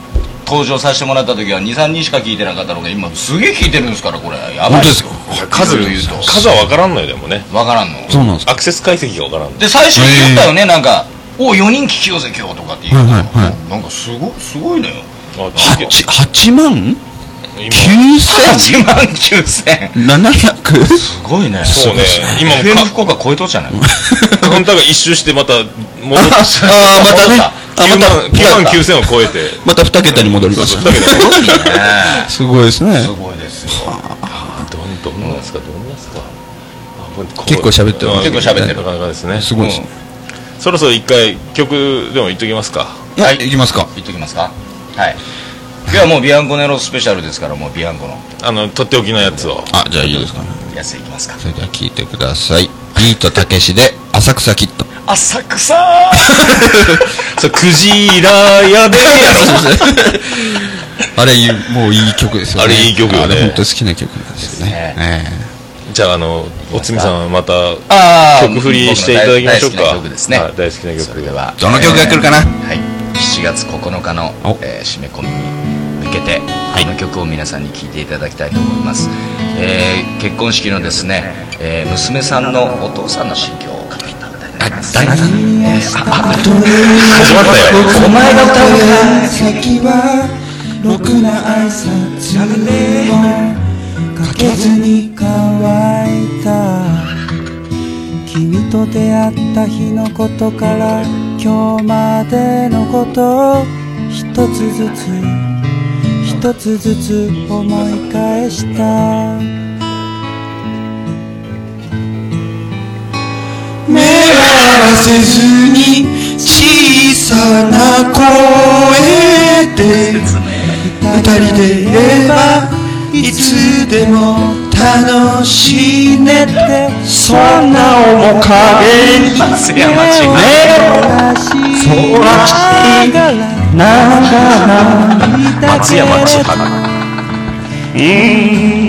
Speaker 2: 登場させてもらった時は23人しか聞いてなかったのが今すげえ聞いてるんですからこれやばい
Speaker 3: 本当ですか
Speaker 2: 数で言うと
Speaker 1: 数は分からんのよでもね
Speaker 2: 分からんの
Speaker 3: そうなんですか
Speaker 1: アクセス解析が分からんの
Speaker 2: で最初に言ったよね、なんか「お4人聞きようぜ今日」とかって言う
Speaker 3: はいはいは
Speaker 2: なんかすごすごいのよ
Speaker 1: あ聞け
Speaker 3: 八八万
Speaker 1: 今
Speaker 3: 九千
Speaker 2: 8万9000
Speaker 3: 七百
Speaker 2: すごいね
Speaker 1: そうね今も
Speaker 2: FM
Speaker 1: か
Speaker 2: 福岡超えとうじゃない
Speaker 1: カウンターが一周してまた戻って
Speaker 3: ああまたねあ
Speaker 1: 9万
Speaker 3: また
Speaker 1: 9万9000を超えて
Speaker 3: また二桁に戻りました すごいですね
Speaker 2: すごいですよ
Speaker 1: どんどんなんですかどんなんですかあもうこう
Speaker 3: 結構喋ってる
Speaker 1: うん
Speaker 2: 結構喋ってる
Speaker 1: なかなかですね
Speaker 3: すごいですね
Speaker 1: そろそろ一回曲でも言っときますか
Speaker 3: はい行きますか
Speaker 2: 言っときますかはい今日はもうビアンコネロスペシャルですからもうビアンコの
Speaker 1: あのとっておきのやつを
Speaker 3: あじゃあいいですかね
Speaker 2: やついきますか
Speaker 3: それでは聞いてくださいビートたけしで浅草キット
Speaker 2: 浅草ー
Speaker 1: そうクジラ屋で
Speaker 3: あれもういい曲ですよね
Speaker 1: あれいい曲よね
Speaker 3: あれ本当に好きな曲なんですよ
Speaker 2: で
Speaker 3: ね
Speaker 2: すね
Speaker 3: ね
Speaker 1: じゃああのおつみさんまた
Speaker 2: あー
Speaker 1: 曲振りしていただきましょうか
Speaker 2: 僕の大大好きな曲ですね
Speaker 1: はい大好きな曲
Speaker 2: それで は
Speaker 3: えどの曲が来るかな
Speaker 2: えーはい7月9日の
Speaker 3: お、
Speaker 2: えー締め込みに向けてこの曲を皆さんに聴いていただきたいと思います、えー結婚式のですね、えー娘さんのお父さんの心境を語っていただきますえーああ
Speaker 1: 始まったよ
Speaker 2: お前が歌うのか
Speaker 5: 先はろくな挨拶もかけずに乾いた君と出会った日のことから今日までのこと一つずつ一つずつ思い返した目はせずに小さな声で二人でいればいつでも楽しいねってそんな面影に
Speaker 2: 松山千春
Speaker 5: そうらしい
Speaker 2: 松山千春長渕剛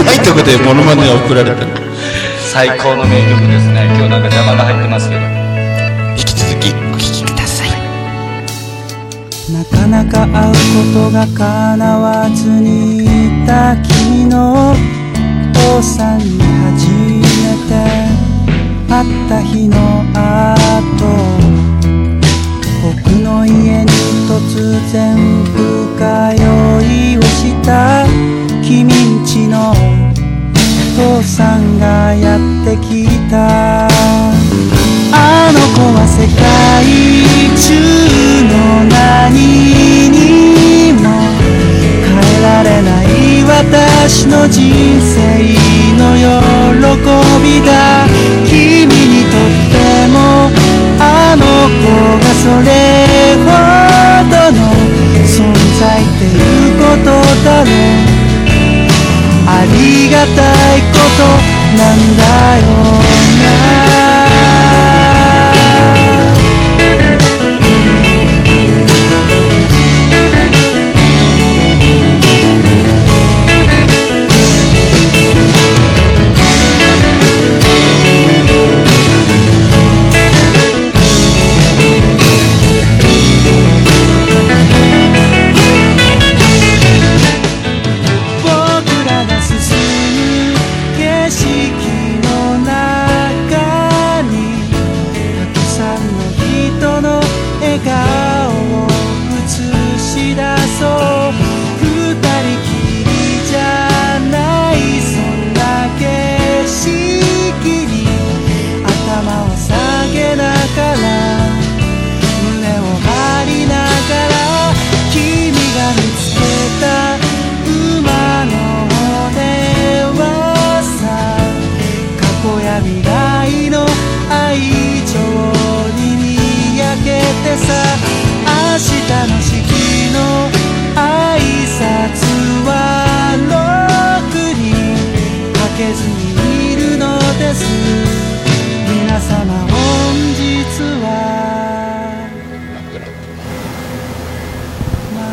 Speaker 3: 歌ないとこで歌ないとこでモノマネが送られた
Speaker 2: 最高の名曲ですね今日なんか邪魔が入ってますけど
Speaker 3: 引き続きお聴きください
Speaker 5: なかなか会うことが叶わずにいた君のお父さんに初めて会った日の後僕の家に突然深酔いをした君んちのお父さんがやってきたあの子は世界中の何にも変えられない私の人生の喜びが君にとってもあの子がそれほどの存在っていうことだろうありがたいことなんだよな僕らが進む景色の中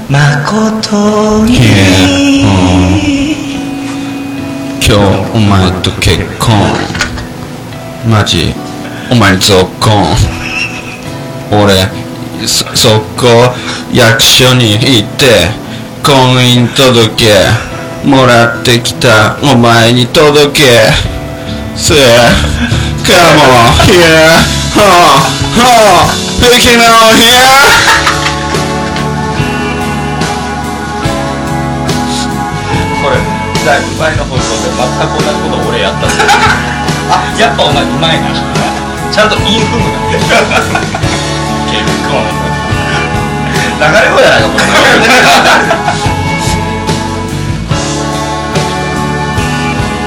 Speaker 5: 誠に
Speaker 3: 今日お前と結婚マジお前ぞっこん俺そそこ役所に行って婚姻届けもらってきたお前に届けせーカモン here はあはあ北京の here
Speaker 2: これだいぶ前の放送で全く同じこと俺やったんだよあ やっぱお前うまいなちゃんとインフムが結構流れ 声じゃないかこれ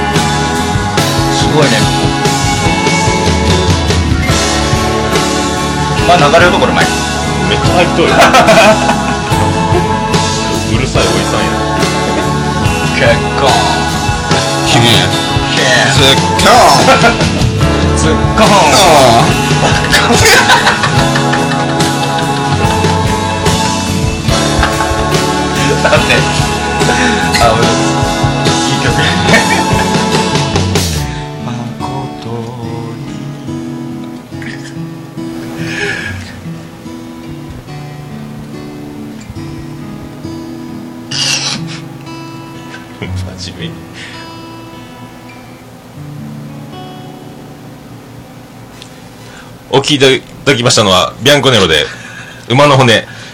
Speaker 2: すごいねまあ流れるとこれ前
Speaker 4: めっちゃ入っとるうるさいおじさんや
Speaker 2: 結構
Speaker 3: 君
Speaker 2: 結
Speaker 3: ずっこん
Speaker 2: 構
Speaker 3: あ
Speaker 2: だってあいい曲
Speaker 4: 真面目に
Speaker 1: お聴きいただきましたのは、ビアンコネロで、馬の骨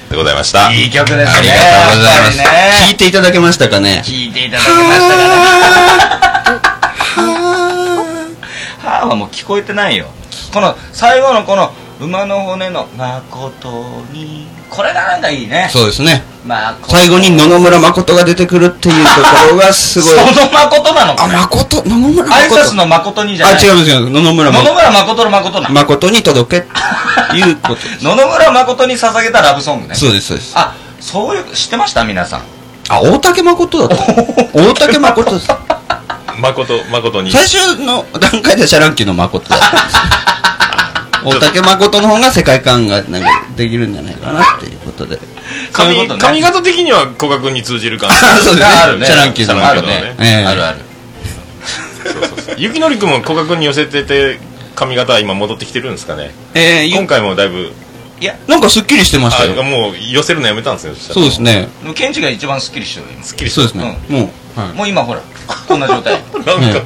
Speaker 1: でございました。
Speaker 2: いい曲ですね
Speaker 3: ありがとうございます、
Speaker 2: やっぱり
Speaker 3: 聞いていただけましたかね
Speaker 2: ね聞いていただきましたからはーはもう聞こえてないよこの最後のこの馬の骨の誠にこれがなんかいいね
Speaker 3: そうですね
Speaker 2: 誠
Speaker 3: 最後に野々村誠が出てくるっていうところがすごい
Speaker 2: その誠なの
Speaker 3: あ誠野々村
Speaker 2: 挨拶
Speaker 3: 誠
Speaker 2: の誠にじゃ
Speaker 3: あ
Speaker 2: ない
Speaker 3: 違う違う野々村
Speaker 2: 野々
Speaker 3: 誠
Speaker 2: 村誠の誠なの
Speaker 3: 誠に届けっていうこと
Speaker 2: 野々村誠に捧げたラブソングね
Speaker 3: そうですそうです
Speaker 2: あそういう知ってました皆さん
Speaker 3: あ大竹誠だった大竹誠です
Speaker 1: 誠、誠に。
Speaker 3: 最初の段階でシャランキューの誠だったんです大竹誠の方が世界観がなんかできるんじゃないかなっていうことで
Speaker 2: そういう
Speaker 1: 髪
Speaker 2: ことね
Speaker 1: 髪型的には古賀君に通じる感じ。
Speaker 3: そうですね
Speaker 2: あるね
Speaker 3: シャランキューの
Speaker 1: シャ
Speaker 2: あ
Speaker 1: ラ
Speaker 2: る
Speaker 1: ンキューの
Speaker 2: ね
Speaker 1: ね、
Speaker 3: ええ
Speaker 2: あるある
Speaker 1: ゆきのりくんも古賀君に寄せてて、髪型は今戻ってきてるんですかね。
Speaker 3: えー
Speaker 1: 今回もだいぶ、
Speaker 3: なんかすっきりしてました
Speaker 1: あ
Speaker 3: よ
Speaker 1: もう寄せるのやめたんですよ。したら
Speaker 3: そうですね
Speaker 2: でもケンチが一番スッキリしてるよ今
Speaker 1: すっきり
Speaker 3: そう
Speaker 1: し
Speaker 3: ですねもうはい
Speaker 2: もう今ほらこんな状 態
Speaker 1: た。なんか、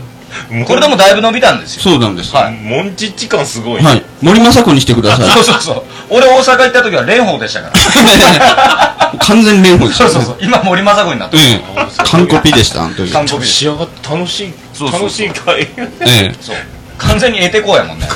Speaker 1: もう
Speaker 2: これでもだいぶ伸びたんですよ
Speaker 3: そうなんです。は
Speaker 2: はい
Speaker 1: モンチッチ感すごい。
Speaker 3: い。森雅子にしてくださ
Speaker 2: そうそうそう俺大阪行った時は蓮舫でしたから
Speaker 3: い。 完全連邦で し
Speaker 2: そ
Speaker 3: た。
Speaker 2: うそうそう 今森雅子になった
Speaker 3: ええ。完コピでした、あの時。
Speaker 2: 完コピです
Speaker 1: 仕上がって楽しい、
Speaker 2: そうそうそう
Speaker 1: 楽しい会。
Speaker 3: ええ。
Speaker 2: そう完全に得てこうやもんね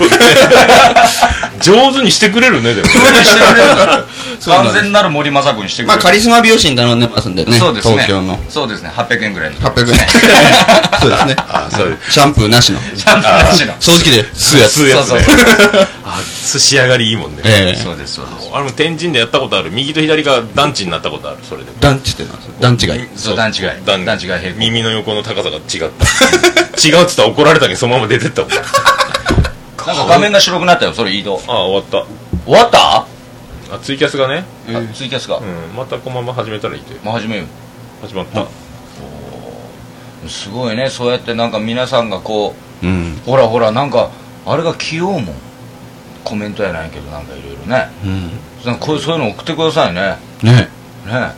Speaker 1: 上手にしてくれるね、でも。
Speaker 2: してくれるから
Speaker 3: そうなんで
Speaker 2: 完
Speaker 3: す
Speaker 2: 全なる森雅子にしてく
Speaker 3: ま
Speaker 2: れ
Speaker 3: あ、
Speaker 2: る
Speaker 3: カリスマ美容師に頼んでますんでね。
Speaker 2: そうですね
Speaker 3: 東京の。
Speaker 2: そうですね800円ぐらいの
Speaker 3: 800円。 そうですね。
Speaker 1: あ、そう。
Speaker 3: シャンプーなしの。
Speaker 2: ちゃんと 話の
Speaker 3: 掃除機で吸うやつ。
Speaker 1: 吸うやつね
Speaker 2: そうそう。
Speaker 1: あ、仕上がりいいもんね。
Speaker 3: ええ。
Speaker 2: そうですそうです
Speaker 1: あれも天神でやったことある。右と左が団地になったことある、それで。
Speaker 3: 団地ってなんですよ団地がいい。
Speaker 2: そう段違い
Speaker 1: 段
Speaker 2: 段違い平行
Speaker 1: 耳の横の高さが違った。違うっつったら怒られたけど、そのまま出てったもん。
Speaker 2: なんか画面が白くなったよそれ移動
Speaker 1: あ、終わっ
Speaker 2: 終わった
Speaker 1: た。あ、ツイキャスがね。
Speaker 2: あツイキャスか
Speaker 1: うん、またこのまま始めたらいいって。
Speaker 2: もう始めよう
Speaker 1: 始まった。
Speaker 2: すごいねそうやってなんか皆さんがこ
Speaker 3: うん。
Speaker 2: うほらほらなんかあれが器用もんコメントやないけどなんかいろいろね
Speaker 3: うん。
Speaker 2: なんかこうそういうの送ってくださいね
Speaker 3: ね
Speaker 2: ね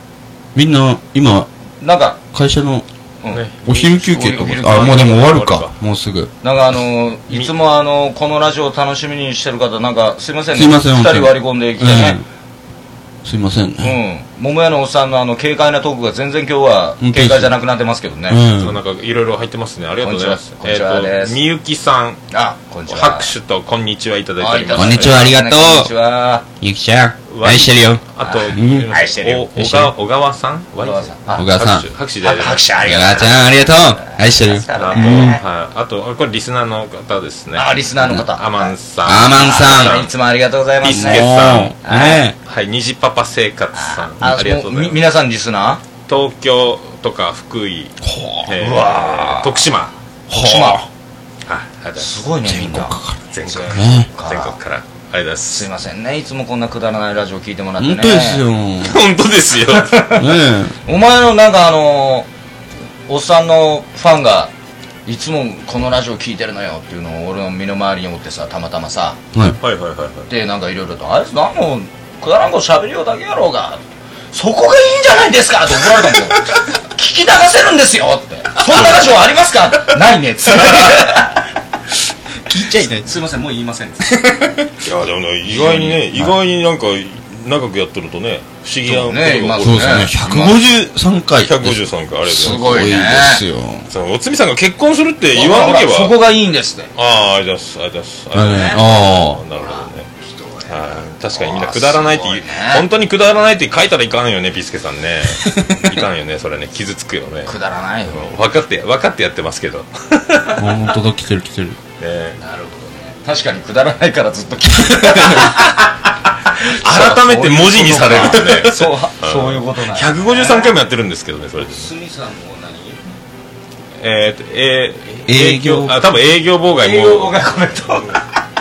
Speaker 3: みんな、今、
Speaker 2: なんか、
Speaker 3: 会社の
Speaker 2: うん
Speaker 1: ね
Speaker 3: お昼休憩とか。あ、もうでも終わるか。もうすぐ。
Speaker 2: なんかあのーいつもあのーこのラジオを楽しみにしてる方なんかすいませんね
Speaker 3: すいません、
Speaker 2: 2
Speaker 3: 本当
Speaker 2: 人
Speaker 3: に
Speaker 2: 割り込んできてね、
Speaker 3: ええすいません
Speaker 2: う
Speaker 3: ね。
Speaker 2: ん桃屋のおっさんのあの軽快なトークが全然今日は
Speaker 3: 本当で
Speaker 2: 軽
Speaker 3: す
Speaker 2: 快じゃなくなってますけどね、
Speaker 3: うん
Speaker 1: そうなんかいろいろ入ってますね。ありがとうございます。
Speaker 2: こんにちはこんにちは
Speaker 1: え
Speaker 2: で
Speaker 1: っ
Speaker 2: す
Speaker 1: と、みゆきさん、
Speaker 2: あこんにちは
Speaker 1: 拍手とこんにちはいただいておりま
Speaker 3: こん
Speaker 1: す。
Speaker 3: にちはありがとう
Speaker 2: こんにちは
Speaker 3: ゆきちゃん、
Speaker 1: わ
Speaker 3: 愛してるよ。
Speaker 1: あと、
Speaker 3: ん
Speaker 2: 愛してるよ
Speaker 1: お小川小川さん
Speaker 2: 小川さん
Speaker 3: 小
Speaker 2: あ
Speaker 3: 川さん
Speaker 1: 拍手。拍手でありがとうございます
Speaker 2: 拍手あり
Speaker 3: ゆ
Speaker 2: が
Speaker 3: か
Speaker 2: と
Speaker 3: ち
Speaker 2: う
Speaker 3: ゃん、ありがとう。愛してるよ。
Speaker 1: あと、
Speaker 3: うん
Speaker 1: はい、あと、これリスナーの方ですね。
Speaker 2: あリスナーの方
Speaker 1: アマンさん。
Speaker 3: アマンさん
Speaker 2: いつもありがとうございま
Speaker 1: ビ
Speaker 2: す
Speaker 1: ス
Speaker 2: ね
Speaker 1: ケさん
Speaker 3: も。うね
Speaker 1: はい、虹パパ生活さん。
Speaker 2: あ
Speaker 1: ありがとうござい
Speaker 2: み
Speaker 1: ます。
Speaker 2: 皆さんリスナー
Speaker 1: 東京とか福井、えー
Speaker 2: うわ
Speaker 1: 徳島。はい、
Speaker 2: 徳島
Speaker 1: ありがとうございます
Speaker 2: すごいねみんな
Speaker 1: 全国全
Speaker 2: 全国
Speaker 1: 国
Speaker 2: か
Speaker 1: から。あり
Speaker 2: ら
Speaker 1: がとうございます
Speaker 2: い
Speaker 1: す
Speaker 2: ませんねいつもこんなくだらないラジオ聞いてもらってね
Speaker 3: 本当ですよ。
Speaker 1: 本当 ですよ
Speaker 3: ね
Speaker 2: お前のなんかあのおっさんのファンがいつもこのラジオ聞いてるのよっていうのを俺の身の回りにおってさたまたまさ
Speaker 3: え。はい。
Speaker 1: はいはいはいはい
Speaker 2: でなんかいろいろと「あいつ何もくだらんこと喋りようだけやろうが」そこがいいんじゃないですか」って怒られ たもん聞き流せるんですよって「そんなラジオありますか?」ない ね」っつって聞いちゃいないすいませんもう言いません
Speaker 1: いやでもね意外にね意外になんか長くやってるとね不思議な
Speaker 2: そ
Speaker 1: こ
Speaker 2: う
Speaker 1: と
Speaker 2: ね
Speaker 1: が
Speaker 2: い
Speaker 1: 起
Speaker 2: ま
Speaker 1: こ
Speaker 3: そう
Speaker 1: る
Speaker 2: ね
Speaker 3: ですね。153
Speaker 1: 153
Speaker 3: 回。
Speaker 1: 回ありがとうございます
Speaker 2: す
Speaker 3: 多
Speaker 2: ごい
Speaker 3: い
Speaker 2: ね
Speaker 3: ですよ。
Speaker 1: そのおつみさんが結婚するって言わんとけば
Speaker 2: そこがいいんですって
Speaker 1: ああありがとうございますありがとうございますありがとうございます
Speaker 3: ええあ
Speaker 1: なるほどねはい確かにみんなくだらないって言う
Speaker 2: あーすごいね
Speaker 1: 本当にくだらないって書いたらいかんよねビスケさん ねいかんよねそれね傷つくよね
Speaker 2: くだらないよ
Speaker 1: 分かって分かってやってますけどね
Speaker 3: あ。本当だ、来てる来てる。
Speaker 2: なるほどね確かにくだらないからずっと聞いて
Speaker 1: 改めて文字にされるとね
Speaker 2: そうそういうことなんだ
Speaker 1: 153回もやってるんですけどねそれで
Speaker 2: スミさんも何
Speaker 1: えーとえー
Speaker 3: 営業
Speaker 1: あ多分営業妨害
Speaker 2: 英語
Speaker 1: も
Speaker 2: がこれと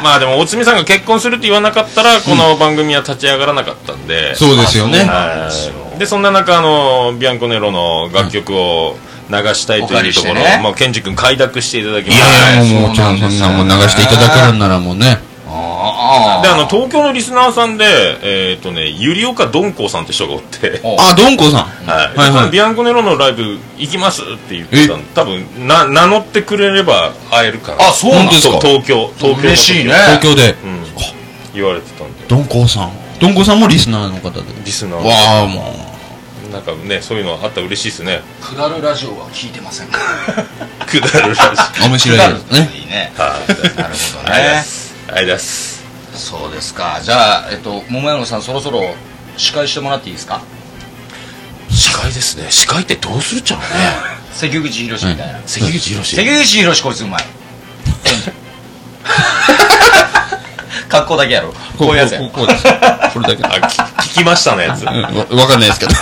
Speaker 1: まあでも大みさんが結婚するって言わなかったらこの番組は立ち上がらなかったんで
Speaker 3: そうですよね。
Speaker 1: はいでそんな中あのビアンコネロの楽曲を流したいと
Speaker 2: お借
Speaker 1: い
Speaker 2: り
Speaker 1: う
Speaker 2: し
Speaker 1: と
Speaker 2: て
Speaker 1: ころ、
Speaker 2: ね
Speaker 1: まあケンジ君快諾していただきま
Speaker 3: い
Speaker 1: し
Speaker 3: やいや、
Speaker 1: て
Speaker 3: もうもちろんそんなもう流していただけるんならもうね。
Speaker 2: あ
Speaker 1: であの東京のリスナーさんでえっ、とねゆりおかどんこうさんって人がおって
Speaker 2: お
Speaker 3: あ、どんこさん。
Speaker 1: はい、
Speaker 3: はいはい
Speaker 1: でビアンコネロのライブ行きますって言ってたんで多分な名乗ってくれれば会えるから
Speaker 2: あそうなん
Speaker 3: 本当ですか
Speaker 1: 東京東京の
Speaker 2: 嬉しいね
Speaker 3: 東京で。
Speaker 1: うん言われてたんで
Speaker 3: どんこさん。どんこさんもリスナーの方で。
Speaker 1: リスナーの
Speaker 3: わあ、も
Speaker 1: なんかねそういうのあったら嬉しいです ね
Speaker 2: くだるラジオは聞いてませんか
Speaker 1: くだるらしい
Speaker 3: う。面白いですね。
Speaker 2: いいね
Speaker 1: はい
Speaker 2: なるほど
Speaker 1: ありがとうございま
Speaker 2: ね
Speaker 1: すありがとうございます
Speaker 2: そうですかじゃあえっと桃山さんそろそろ司会してもらっていいですか
Speaker 1: 司会ですね司会ってどうするっちゃうのね
Speaker 2: 関口宏みたいな
Speaker 1: 関口宏
Speaker 2: 関口宏こい つうまい格好だけやろこういうやつや
Speaker 3: こここうです。これだけ。
Speaker 1: あき聞きましたのやつ
Speaker 3: うんわわかんな いですけど。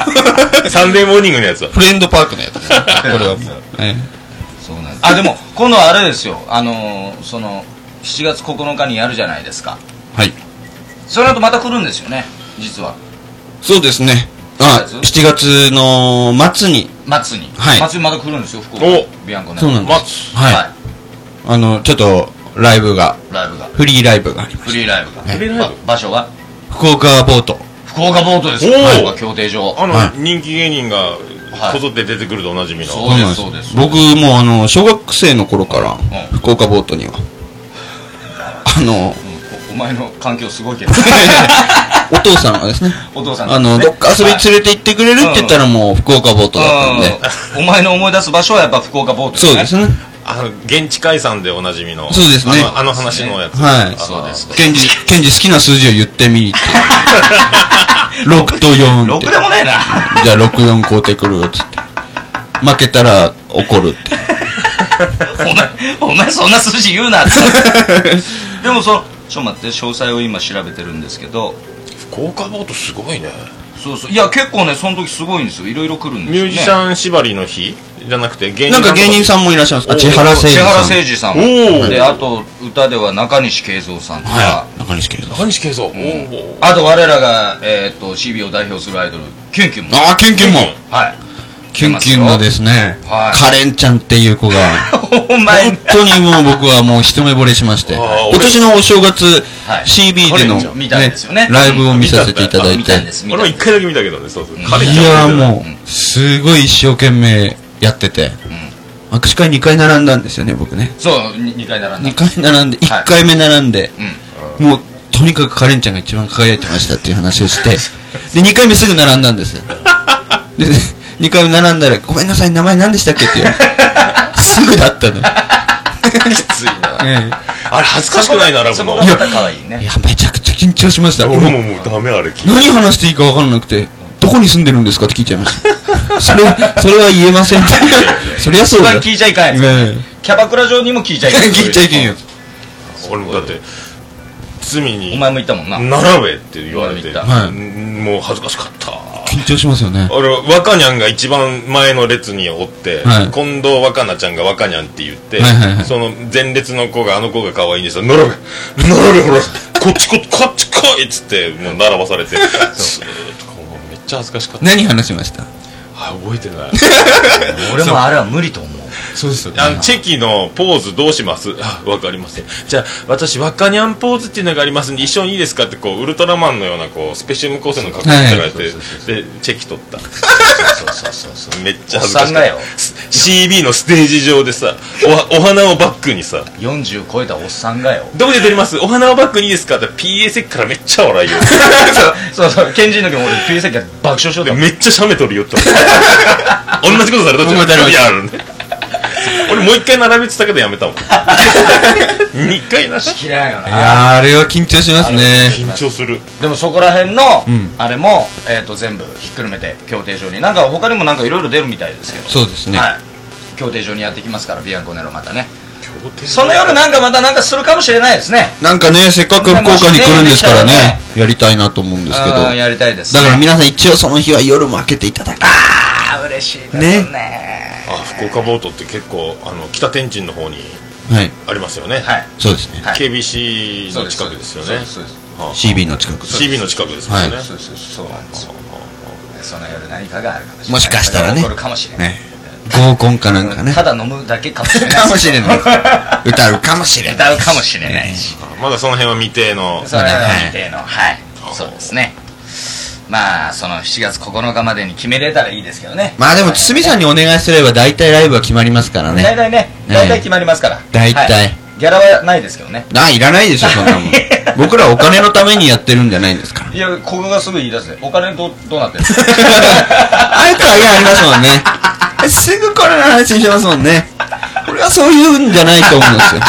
Speaker 1: サンデーモーニングのやつ
Speaker 3: フレンドパークのやつですね。これはもう。え
Speaker 2: そうなんですあでも今度はあれですよあのーその7月9日にやるじゃないですか
Speaker 3: えはい。
Speaker 2: その後また来るんですよね実は
Speaker 3: そうですね。あ、7月の末に。
Speaker 2: 松に、
Speaker 3: はい
Speaker 2: 松にまた来るんですよ福岡
Speaker 1: お
Speaker 2: ビアンコね
Speaker 3: そうなんです。
Speaker 1: 松
Speaker 2: はい、
Speaker 3: はい。あの、ちょっと、ライブが、
Speaker 2: ライブが
Speaker 3: フリーライブがあります。
Speaker 2: フリーライブが
Speaker 3: フ
Speaker 1: リーライブ
Speaker 2: ば場所が
Speaker 3: 福岡ボート。
Speaker 2: 福岡ボートです
Speaker 1: おー
Speaker 2: 福岡競艇場
Speaker 1: あの、
Speaker 3: は
Speaker 1: 人気芸人が
Speaker 2: い
Speaker 1: こぞって出てくるとおなじみの、
Speaker 2: そうですそうです
Speaker 3: 僕もあの、小学生の頃から、
Speaker 2: うん
Speaker 3: 福岡ボー トには、あの、
Speaker 2: うんおお前の環境すごい けど
Speaker 3: お父さんがですね、
Speaker 2: お父さん
Speaker 3: あの、どっか遊びに連れて行ってくれるって言ったらもう福岡ボートだったんで、
Speaker 2: うんお前の思い出す場所はやっぱ福岡ボート
Speaker 3: そうですね。
Speaker 1: あの現地解散でおなじみの
Speaker 3: そうですね
Speaker 1: あのあの話のやつ、
Speaker 3: はい。
Speaker 2: そうです
Speaker 3: ケンジ、ケンジ好きな数字を言ってみ って。6と4
Speaker 2: ろ
Speaker 3: っ
Speaker 2: く
Speaker 3: て。
Speaker 2: でもねえな
Speaker 3: じゃあ64買うてくるっつって。負けたら怒るって。
Speaker 2: お前お前そんな数字言う なってでもそのちょっと待って詳細を今調べてるんですけど
Speaker 1: 福岡ボートすごいね
Speaker 2: そうそういや結構ねその時すごいんですよいろいろ来るんです
Speaker 1: ミ
Speaker 2: よ、
Speaker 1: ュ
Speaker 2: ね、
Speaker 1: ージシャン縛りの日じゃなくて芸人
Speaker 3: なんか芸人さんもいらっしゃいます。あ、千原誠
Speaker 2: 千
Speaker 3: 二
Speaker 2: 原
Speaker 3: さん。
Speaker 2: 誠二さん
Speaker 1: おー
Speaker 2: であと歌では中西圭三さんとか、
Speaker 3: はい。中西圭さん。
Speaker 1: 中西圭三おー
Speaker 2: あと我らが、えー、と CB を代表するアイドルキュンキュンも
Speaker 3: あー、キュンキュンも。
Speaker 2: はい
Speaker 3: キュンキュンもですね、
Speaker 2: はい
Speaker 3: カレンちゃんっていう子が、
Speaker 2: お前
Speaker 3: 本当にもう僕はもう一目惚れしまして、
Speaker 1: あー俺
Speaker 3: 今年のお正月、
Speaker 2: はい
Speaker 3: CB での、
Speaker 1: カレンちゃん
Speaker 2: 見たんですよね
Speaker 3: ライブを見させていただい
Speaker 2: 見
Speaker 3: て、
Speaker 2: たんです見
Speaker 1: 俺も
Speaker 2: たんで
Speaker 1: 一
Speaker 2: す
Speaker 1: 回だけ見たけどねそうそう彼
Speaker 3: い
Speaker 1: ちゃ
Speaker 3: や
Speaker 1: ん
Speaker 3: ー
Speaker 1: みたいな
Speaker 3: もう、すごい一生懸命やってて、握手会2回並んだんですよね、僕ね。
Speaker 2: そう 2, 回並んだ
Speaker 3: 2回並んで、
Speaker 2: はい
Speaker 3: 1回目並んで、もう、とにかくカレンちゃんが一番輝いてましたっていう話をして、で、2回目すぐ並んだんです。で、2回目並んだら、ごめんなさい、名前何でしたっけって言われてすぐだったの。
Speaker 1: きついな
Speaker 3: え
Speaker 1: あれ恥ずかしくないなラブ
Speaker 2: そ
Speaker 1: の
Speaker 2: こがまた可愛いね
Speaker 3: えいや、めちゃくちゃ緊張しました。
Speaker 1: 俺
Speaker 3: もう
Speaker 1: ももうダメあれ聞い
Speaker 3: 何話していいか分からなくて、どこに住んでるんですかって聞いちゃいました。それ、それは言えま せんって。そりゃそう
Speaker 2: それ
Speaker 3: だ。
Speaker 2: は聞いちゃいかんやつ
Speaker 3: え
Speaker 2: キャバクラ上にも聞いちゃ
Speaker 3: え
Speaker 2: いかん
Speaker 3: 聞いちゃいけんよ。
Speaker 1: 俺もだって罪に
Speaker 2: お前も言ったもんな
Speaker 1: 並べって言われて、
Speaker 2: はい
Speaker 1: んもう恥ずかしかった
Speaker 3: 緊張しますよね
Speaker 1: 俺若にゃんが一番前の列におって、
Speaker 3: はい
Speaker 1: 近藤若菜ちゃんが若にゃんって言って、
Speaker 3: はいはいはい
Speaker 1: その前列の子があの子が可愛いんですよ「並べ並べほらこっちここっち来い!」っつってもう並ばされ てすーっとこうめっちゃ恥ずかしかった
Speaker 3: 何話しました
Speaker 1: あ覚えてない
Speaker 2: 俺もあれは無理と思う
Speaker 3: そうですよ
Speaker 1: あのチェキのポーズどうします あわかりませんじゃあ私若にゃんポーズっていうのがありますんで一緒にいいですかってこうウルトラマンのようなこうスペシウム光線の格好にされて、
Speaker 2: はい
Speaker 1: でチェキ取った
Speaker 2: そうそうそうそう
Speaker 1: めっちゃ恥ずかし
Speaker 2: おっさん
Speaker 1: か
Speaker 2: が
Speaker 1: っ
Speaker 2: よ
Speaker 1: たす CB のステージ上でさおお花をバックにさ
Speaker 2: 40超えたおっさん がよ
Speaker 1: 「どこで撮りますお花をバックにいいですか?」って PA 席からめっちゃ笑いよ
Speaker 2: そうそう賢人の時も俺 PA 席が爆笑しよう
Speaker 1: で
Speaker 2: と思
Speaker 1: めっちゃシャメ撮るよって 同じことされたっちも
Speaker 3: 同じこと
Speaker 1: いやあるね俺もう一回並べてたけどやめたもん2回なし
Speaker 2: う嫌いよない
Speaker 3: やーあれは緊張しますね
Speaker 1: 緊張する
Speaker 2: でもそこら辺の、
Speaker 3: ん
Speaker 2: あれも、えー、と全部ひっくるめて協定上になんか他にもなんかいろいろ出るみたいですけど
Speaker 3: そうですね
Speaker 2: はい協定上にやってきますからビアンコネロまたねその夜なんかまたなんかするかもしれないですね
Speaker 3: なんかねせっかく福岡に来るんですからねやりたいなと思うんですけど
Speaker 2: あーやりたいです
Speaker 3: だから皆さん一応その日は夜も開けていただき
Speaker 2: ああ嬉しいですね
Speaker 1: あ福岡ボートって結構あの北天神の方に
Speaker 3: はい
Speaker 1: ありますよね、
Speaker 2: はい
Speaker 3: そうですね
Speaker 2: はい
Speaker 1: KBC の近くですよね
Speaker 2: そうです
Speaker 1: はあ
Speaker 3: CB の近く
Speaker 1: CB の近くですもんね、
Speaker 3: はい
Speaker 2: そうですそうですそうなんですよその夜何かがあるかもしれない
Speaker 3: もしかしたらね
Speaker 2: 起こるかもしれない
Speaker 3: ね合コンかなんかね
Speaker 2: ただ飲むだけかもしれない
Speaker 3: かもしれない歌うかもしれな い
Speaker 2: 歌うかもしれないし
Speaker 1: まだその辺は未定の
Speaker 2: それは未定のはいそうですねまあその7月9日までに決めれたらいいですけどね
Speaker 3: まあでも堤さんにお願いすれば大体ライブは決まりますから
Speaker 2: 大
Speaker 3: ね
Speaker 2: 体ね
Speaker 3: ね
Speaker 2: 大体決まりますから
Speaker 3: 大体
Speaker 2: はいギャラはないですけどね
Speaker 3: あいらないでしょそんなもん僕らお金のためにやってるんじゃないんですから
Speaker 2: いやここがすぐ言い出すねお金どうどうなってる んですか
Speaker 3: あいつは嫌ありますもんねすぐこれの話しますもんね俺はそういうんじゃないと思うんですよ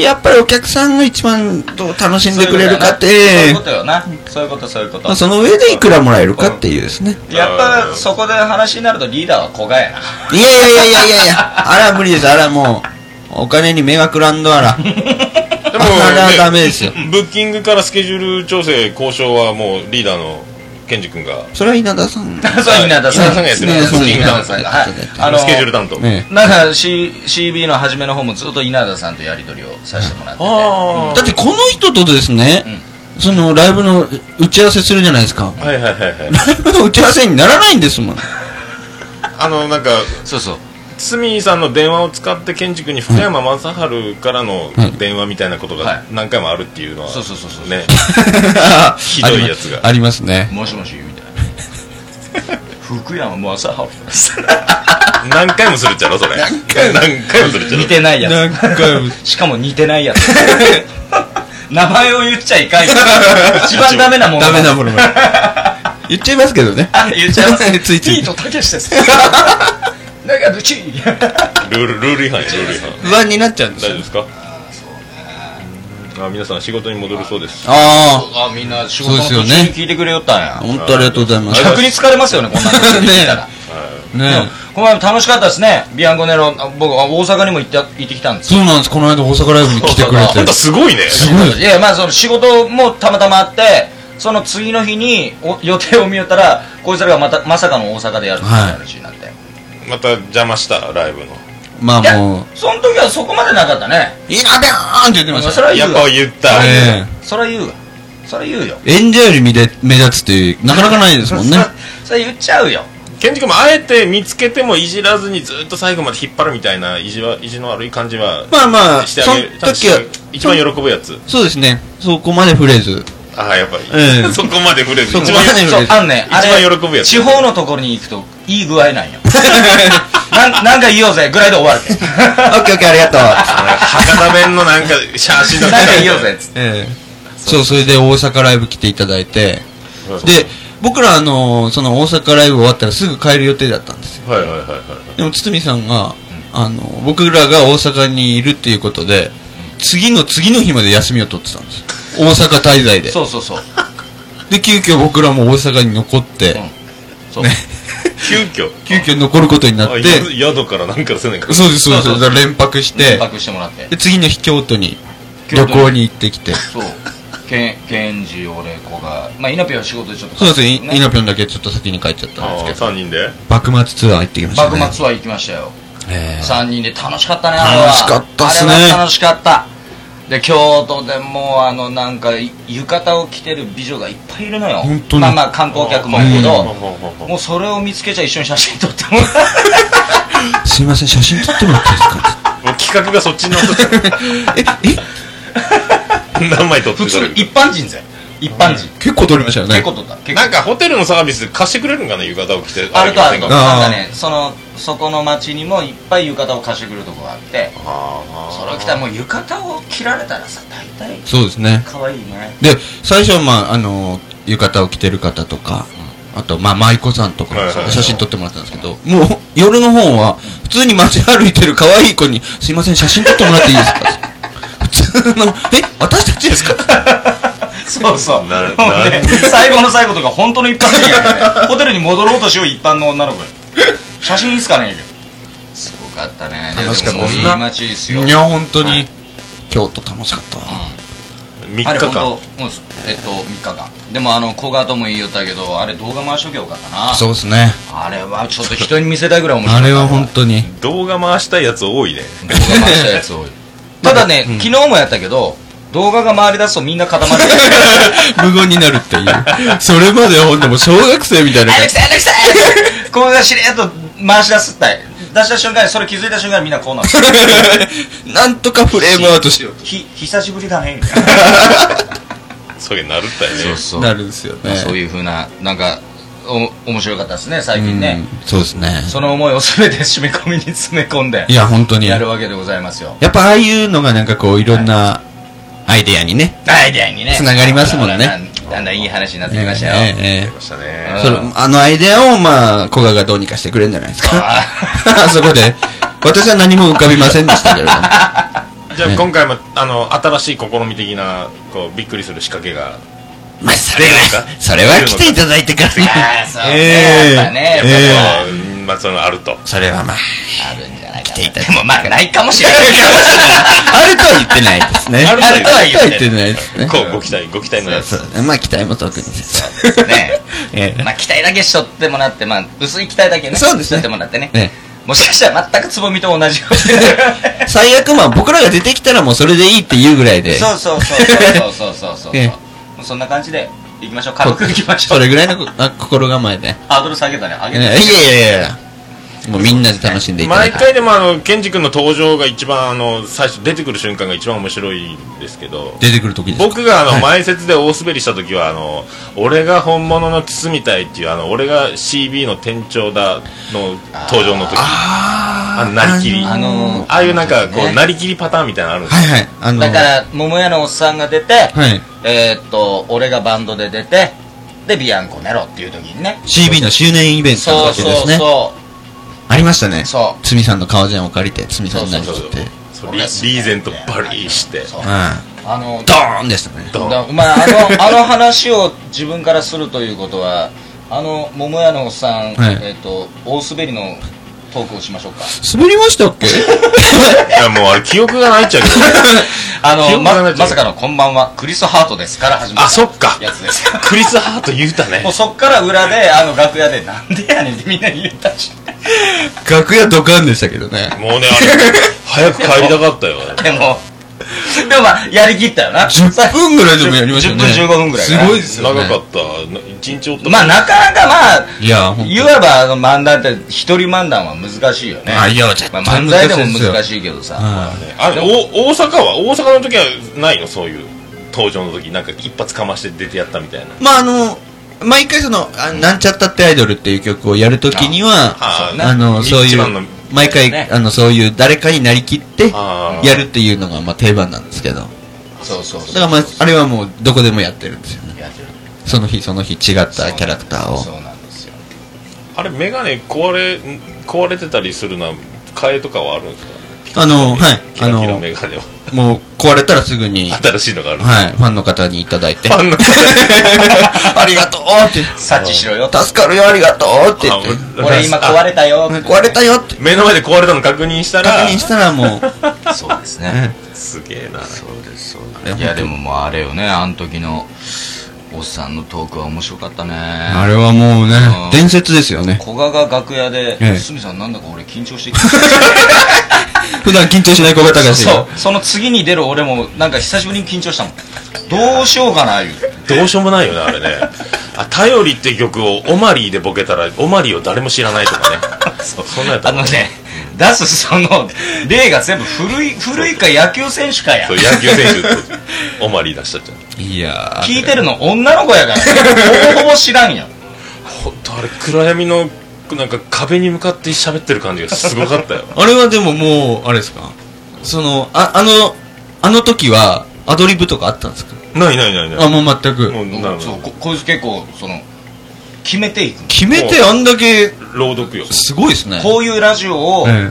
Speaker 3: やっぱりお客さんが一番どう楽しんでくれるかっ
Speaker 2: そうい
Speaker 3: て
Speaker 2: うことよなそういうことそういうこと
Speaker 3: まあその上でいくらもらえるかっていうですね
Speaker 2: やっぱそこで話になるとリーダーは古賀 やない
Speaker 3: やいやいやいやいやいやあら無理ですあらもうお金に迷惑ランドあら
Speaker 1: でも、
Speaker 3: あれはダメですよ
Speaker 1: ブッキングからスケジュール調整交渉はもうリーダーのケンジ君が
Speaker 3: それは稲田さ
Speaker 2: そ
Speaker 3: ん
Speaker 2: う稲田さん
Speaker 1: 稲田さんがやってる
Speaker 3: ね
Speaker 1: ブ
Speaker 3: そう
Speaker 1: ッキング
Speaker 2: 稲
Speaker 1: 担
Speaker 2: 田さんがはい
Speaker 1: 当スケジュール担当、
Speaker 3: ね
Speaker 2: なんか、C、CB の初めの方もずっと稲田さんとやり取りをさせてもらってて
Speaker 1: あ
Speaker 3: だってこの人とですね、そのライブの打ち合わせするじゃないですか
Speaker 1: あはいはいはいはい
Speaker 3: ライブの打ち合わせにならないんですもん
Speaker 1: あのなんか
Speaker 2: そうそう
Speaker 1: 堤さんの電話を使ってケンジ君に福山雅治からの電話みたいなこと
Speaker 2: は
Speaker 1: が
Speaker 2: い
Speaker 1: 何回もあるっていうのは、
Speaker 2: そうそうそうそう
Speaker 1: ね
Speaker 3: ひ
Speaker 1: どいやつが
Speaker 3: ありますね
Speaker 2: もしもしみたいな福山雅治
Speaker 1: 何回もするっちゃろそれ何回もするっちゃろ
Speaker 2: 似てないや
Speaker 3: 何回も
Speaker 2: つしかも似てない やつ名前を言っちゃいかんよ一番ダメなもの
Speaker 3: ダメなものが言っちゃいますけどね
Speaker 2: あ言っちゃいます
Speaker 3: ついつい
Speaker 2: ピートたけしです だけどチー
Speaker 1: ルールルール違反やルール違反
Speaker 3: 不安になっちゃうんで
Speaker 1: 大
Speaker 3: す
Speaker 1: 丈夫
Speaker 3: よ
Speaker 1: ですかあ皆さん仕事に戻るそうです
Speaker 3: あ
Speaker 2: あみんな仕事の
Speaker 3: そうですよ
Speaker 2: 途
Speaker 3: ね
Speaker 2: 中に聞いてくれよったん
Speaker 3: あ
Speaker 2: や
Speaker 3: 本当ありがとうございます
Speaker 2: 逆に疲れます よねこんなの聞いたらでも
Speaker 3: ね
Speaker 2: この前も楽しかったですねビアンコネロあ僕あ大阪にも行って行ってきたんです
Speaker 3: そうなんですこの間大阪ライブに来てくれ
Speaker 1: あん
Speaker 3: て
Speaker 1: たすごいね
Speaker 3: すごいです
Speaker 2: いやまあその仕事もたまたまあってその次の日にお予定を見よったらこいつらがまたまさかの大阪でやるっていう話になって、
Speaker 1: また邪魔したライブの
Speaker 3: ま
Speaker 2: いや
Speaker 3: あもう
Speaker 2: その時はそこまでなかったね
Speaker 3: 「いやべーん!」って言ってました
Speaker 2: それは
Speaker 1: や
Speaker 2: 言
Speaker 1: っ
Speaker 2: う
Speaker 1: ぱ
Speaker 2: わ
Speaker 1: 言った、
Speaker 3: ね
Speaker 2: それは言うわそれは言うよ
Speaker 3: え演者より目で目立つっていうなかなかないですもんね
Speaker 2: それ言っちゃうよ
Speaker 1: ケンジ君もあえて見つけてもいじらずにずっと最後まで引っ張るみたいな意地は意地の悪い感じは
Speaker 3: まあまあ
Speaker 1: して
Speaker 3: そ
Speaker 1: あ
Speaker 3: の
Speaker 1: げる多分
Speaker 3: 時は
Speaker 1: 一番喜ぶやつ
Speaker 3: そうですねそこまで触れず
Speaker 1: ああやっぱり、
Speaker 3: え え
Speaker 1: そこまで触れず
Speaker 3: そこ
Speaker 1: 一
Speaker 3: ま
Speaker 1: 番
Speaker 3: で
Speaker 1: 喜ぶ
Speaker 2: そうあんねあれ
Speaker 1: 一番喜ぶやつ
Speaker 2: 地方のところに行くといい具合 なんよなんなんか言おうぜぐらいで終わるけ
Speaker 3: オッケーオッケーありがとう
Speaker 1: 博多弁のなんか写真の
Speaker 2: なんか言おうぜっつって
Speaker 3: ええそうそれで大阪ライブ来ていただいて
Speaker 1: はい
Speaker 3: で僕らあのその大阪ライブ終わったらすぐ帰る予定だったんですよ
Speaker 1: はいはいはいはい
Speaker 3: でも堤さんがあの僕らが大阪にいるっていうことで次の次の日まで休みを取ってたんです大阪滞在で
Speaker 2: そうそうそう
Speaker 3: で急遽僕らも大阪に残って、
Speaker 2: うんそう、
Speaker 3: ね
Speaker 1: 急遽
Speaker 3: 急遽残ることになっ
Speaker 1: あ
Speaker 3: て
Speaker 1: 宿宿からなんからせねんか
Speaker 3: そうですそうです
Speaker 2: そうそう
Speaker 3: だから連泊して
Speaker 2: 連泊してもらって
Speaker 3: で次の日京都に
Speaker 2: 京
Speaker 3: 旅
Speaker 2: 都に
Speaker 3: 行に行ってきて
Speaker 2: そうけケンジ俺子がまあイナピは仕事でちょっと
Speaker 3: そうですねいイノ
Speaker 2: ピ
Speaker 3: ピョンだけちょっと先に帰っちゃったん
Speaker 1: あ
Speaker 3: で
Speaker 1: ー
Speaker 3: すけど
Speaker 1: 3人で
Speaker 3: 幕末ツアー行ってきました
Speaker 2: 幕
Speaker 3: ね
Speaker 2: 末は行きましたよ
Speaker 3: えー
Speaker 2: 3人で楽しかったねあれは
Speaker 3: 楽しかったっすね
Speaker 2: あれは楽しかったで京都でもうあのなんかい浴衣を着てる美女がいっぱいいるのよ
Speaker 3: 本当に
Speaker 2: まあまあ観光客もいるけ
Speaker 1: ほうほう
Speaker 2: ど
Speaker 1: ほうほう
Speaker 2: もうそれを見つけちゃ一緒に写真撮って もらっ
Speaker 3: すいません写真撮ってもらっていいですか
Speaker 1: もう企画がそっちになっとっ
Speaker 3: ええ
Speaker 1: た何枚撮って
Speaker 2: 普通
Speaker 1: た
Speaker 2: の一般人ぜ一般人
Speaker 3: 結構撮りましたよね
Speaker 2: 結構撮った結構
Speaker 1: なんかホテルのサービスで貸してくれるんかな浴衣を着て
Speaker 2: あるとあると
Speaker 1: あ
Speaker 3: あ
Speaker 2: なんかねそのそこの町にもいっぱい浴衣を貸してくれるとこがあって
Speaker 1: あ
Speaker 2: それを着たらもう浴衣を着られたらさ大体
Speaker 3: そうですね
Speaker 2: 可愛いね
Speaker 3: で最初はまああの浴衣を着てる方とか、あとまあ舞妓さんとか
Speaker 1: はいはいはい
Speaker 3: 写真撮ってもらったんですけど、もう夜の方は普通に街歩いてる可愛い子に「すいません写真撮ってもらっていいですか?」普通の「え私たちですか?」
Speaker 2: そうそう
Speaker 1: なる
Speaker 2: もうね最後の最後とか本当の一般人やねホテルに戻ろうとしよう一般の女の子写真いいっすかねすごかったね
Speaker 3: 楽しかった
Speaker 2: でも
Speaker 3: です
Speaker 2: い
Speaker 3: ね
Speaker 2: い街ですよ
Speaker 3: いや本当に、
Speaker 2: はい
Speaker 3: 京都楽しかったわ
Speaker 1: 3日
Speaker 2: あれ本当
Speaker 1: 間
Speaker 2: もうすえっと3日間でもあの古賀とも言いよったけどあれ動画回しときゃよかったな
Speaker 3: そうですね
Speaker 2: あれはちょっと人に見せたいぐらい面白
Speaker 3: あ
Speaker 2: い
Speaker 3: れは本当に
Speaker 1: 動画回したいやつ多いね
Speaker 2: 動画回したやつ多いただね、昨日もやったけど動画が回り出すとみんな固 まって
Speaker 3: 無言になるっていうそれまでは本当もう小学生みたいな
Speaker 2: アレ
Speaker 3: 感
Speaker 2: クサアレクサアレクサここがしれっと回し出すったい出した瞬間にそれ気づいた瞬間にみんなこうなる
Speaker 3: じなんとかフレームアウトしよう
Speaker 2: ひ久しぶりだねみたい
Speaker 1: そういうなるったよね
Speaker 2: な
Speaker 3: となるんですよね
Speaker 2: そういうふうななんかお面白かったですね最近ね、
Speaker 3: うんそうですね
Speaker 2: その思いを全て締め込みに詰め込んで
Speaker 3: いや本当に
Speaker 2: やるわけでございますよ
Speaker 3: やっぱああいうのがなんかこういろんなアイデアにね、
Speaker 2: アイデアにね
Speaker 3: つながりますもんね
Speaker 2: だんだんだんだんいい話になってきましたよ、
Speaker 3: え ええ
Speaker 1: ました
Speaker 3: え
Speaker 1: ね
Speaker 2: うん
Speaker 3: それあのアイデアをまあ古賀がどうにかしてくれるんじゃないですかあ そこで私は何も浮かびませんでしたけれども
Speaker 1: じゃあ
Speaker 3: ね
Speaker 1: 今回もあの新しい試み的なこうびっくりする仕掛けが
Speaker 3: まあそれはそれは来ていただいてから
Speaker 2: ああそうね、
Speaker 3: ええ
Speaker 2: やっぱねやっぱ
Speaker 3: ええ
Speaker 2: こう
Speaker 1: うんまあそのあると
Speaker 3: それはまあ
Speaker 2: あるんじゃないか
Speaker 3: 来ていただ
Speaker 2: でもまあないかもしれ ないけど
Speaker 3: あるとは言ってないですね
Speaker 1: あるとは
Speaker 2: 言ってない
Speaker 3: あるとは言ってないですね
Speaker 1: こうご期待ご期待のやつ
Speaker 3: そうまあ期待も特にです
Speaker 2: ね
Speaker 3: ええ
Speaker 2: まあ期待だけしとってもらってまあ薄い期待だけね
Speaker 3: そうですね
Speaker 2: しとってもらってね
Speaker 3: ね
Speaker 2: もしかしたら全くつぼみと同じよ う
Speaker 3: 最悪まあ僕らが出てきたらもうそれでいいっていうぐらいで
Speaker 2: にそうそうそうそうそうそうそうそう、
Speaker 3: ええ
Speaker 2: もうそんな感じでいきましょう軽くいきましょ
Speaker 3: そうれぐらいのこあ心構えで
Speaker 2: ハードル下げたね上
Speaker 3: い
Speaker 2: げ
Speaker 3: や
Speaker 2: たね、
Speaker 3: いやいやいやもうみんなで楽しんでいただい
Speaker 1: 毎
Speaker 3: て
Speaker 1: 回でもあのケンジ君の登場が一番あの最初出てくる瞬間が一番面白いんですけど
Speaker 3: 出てくる時ですか
Speaker 1: 僕があの
Speaker 3: はい
Speaker 1: 前説で大滑りした時はあの俺が本物のキスみたいっていうあの俺が CB の店長だの登場の時
Speaker 3: あ
Speaker 1: あ
Speaker 3: ー
Speaker 1: のなりきり
Speaker 2: あ
Speaker 1: あ
Speaker 2: のー
Speaker 1: あいうなんかこ
Speaker 2: ね
Speaker 1: うなりきりパターンみたいなのあるんです
Speaker 3: はいはいあの
Speaker 2: だから桃屋のおっさんが出て、
Speaker 3: はい
Speaker 2: えーっと俺がバンドで出てでビアンコネロっていう時にね
Speaker 3: CB の周年イベントの
Speaker 2: そう
Speaker 3: わけ
Speaker 2: そう
Speaker 3: ですね
Speaker 2: そ
Speaker 3: ありましたね
Speaker 2: うそう
Speaker 3: つみさんの革ジャンを借りてつみさんになりき
Speaker 1: そ
Speaker 3: っ
Speaker 1: うそう
Speaker 3: て
Speaker 1: そうリリーゼントバリーして
Speaker 2: そう
Speaker 3: は
Speaker 2: あの
Speaker 3: いドーンでしたね
Speaker 1: ドン
Speaker 2: だまあ、あの あの話を自分からするということはあの桃屋のおっさん、
Speaker 3: はい
Speaker 2: えっと大滑りのトークをしましょうか
Speaker 3: 滑りまし たっけ
Speaker 1: いやもうあれ記憶がないっちゃうけど
Speaker 2: あ
Speaker 1: 記
Speaker 2: の
Speaker 1: 憶がない
Speaker 2: ま
Speaker 1: と
Speaker 2: まさかの「こんばんはクリス・ハートです」から始ま
Speaker 1: あ
Speaker 2: る
Speaker 1: そっか
Speaker 2: やつですから
Speaker 1: クリス・ハート言うたね
Speaker 2: もうそっから裏であの楽屋で「なんでやねん」ってみんなに言ったし
Speaker 3: 楽屋ドカンでしたけどね
Speaker 1: もうねあれ早く帰りたかったよ
Speaker 2: でもでもまあやりきったよな
Speaker 3: 10分ぐらいでもやりましたよね
Speaker 2: 10分15分ぐらいか
Speaker 3: す
Speaker 2: な
Speaker 3: ごいですよ
Speaker 1: 長
Speaker 3: ね
Speaker 1: かった1日おった
Speaker 2: まあなかなかまあ
Speaker 3: いやほん
Speaker 2: いわばあの漫談って一人漫談は難しいよね
Speaker 3: あいや絶
Speaker 2: まあ
Speaker 3: 対
Speaker 2: 漫才でも
Speaker 3: 難しいですよ
Speaker 2: 難しいけどさ、
Speaker 3: はい
Speaker 1: あれお大阪は大阪の時はないのそういう登場の時なんか一発かまして出てやったみたいな
Speaker 3: まああの毎回そのあなんちゃったってアイドルっていう曲をやるときには
Speaker 1: あ
Speaker 2: そうね
Speaker 3: あのそうい
Speaker 1: 一番の
Speaker 3: う毎回、
Speaker 2: ね
Speaker 3: あのそういう誰かになりきって
Speaker 1: あー
Speaker 3: やるっていうのがまあ定番なんですけどだ
Speaker 2: そうそうそう
Speaker 3: からまああれはもうどこでもやってるんですよね
Speaker 2: やってる
Speaker 3: その日その日違ったキャラクターを
Speaker 2: そうなんですよ
Speaker 1: あれ眼鏡壊れん壊れてたりするのは替えとかはあるんですか
Speaker 3: あのはい
Speaker 1: キ
Speaker 3: あ
Speaker 1: ラ
Speaker 3: の
Speaker 1: キラ眼鏡は
Speaker 3: もう壊れたらすぐに、はい、
Speaker 1: 新しいのがある、
Speaker 3: ファンの方にいただいて
Speaker 1: ファンの方
Speaker 3: ありがとうって
Speaker 2: 察知しろよ
Speaker 3: 助かるよありがとうって言って
Speaker 1: あ
Speaker 2: 俺今壊れたよ
Speaker 3: 壊れたよって
Speaker 1: 目の前で壊れたの確認したら
Speaker 3: 確認したらもう
Speaker 2: そうですね
Speaker 1: すげえな
Speaker 2: そうですそう
Speaker 3: あれ
Speaker 2: ですいやでももうあれよねあの時のおっさんのトークは面白かったね
Speaker 3: あれはもうね
Speaker 2: うん、
Speaker 3: 伝説ですよね。
Speaker 2: 古賀が楽屋で
Speaker 3: ええ
Speaker 2: 「鷲見さんなんだか俺緊張してきた」
Speaker 3: 普段緊張しない小型がし
Speaker 2: そうその次に出る俺もなんか久しぶりに緊張したもんどうしようかないう
Speaker 1: どうしようもないよねあれねあ「頼り」って曲をオマリーでボケたらオマリーを誰も知らないとかねそうそんなんやった
Speaker 2: あ
Speaker 1: ら
Speaker 2: のね出すその例が全部古い古いか野球選手かや
Speaker 1: そう野球選手ってオマリー出したじゃん
Speaker 3: いや
Speaker 2: 聞いてるの女の子やからほぼほぼ知らんやん
Speaker 1: 本当あれ暗闇のなんか壁に向かって喋ってる感じがすごかったよ
Speaker 3: あれはでももう、あれですかその、あ、あの、あの時は、アドリブとかあったんですか
Speaker 1: ないないないない
Speaker 3: あ、もう全く。
Speaker 1: もうな
Speaker 2: そうここいつ結構その決めていく
Speaker 3: 決めてあんだけ、
Speaker 1: 朗読よ
Speaker 3: すごいですね。
Speaker 2: こういうラジオを
Speaker 3: え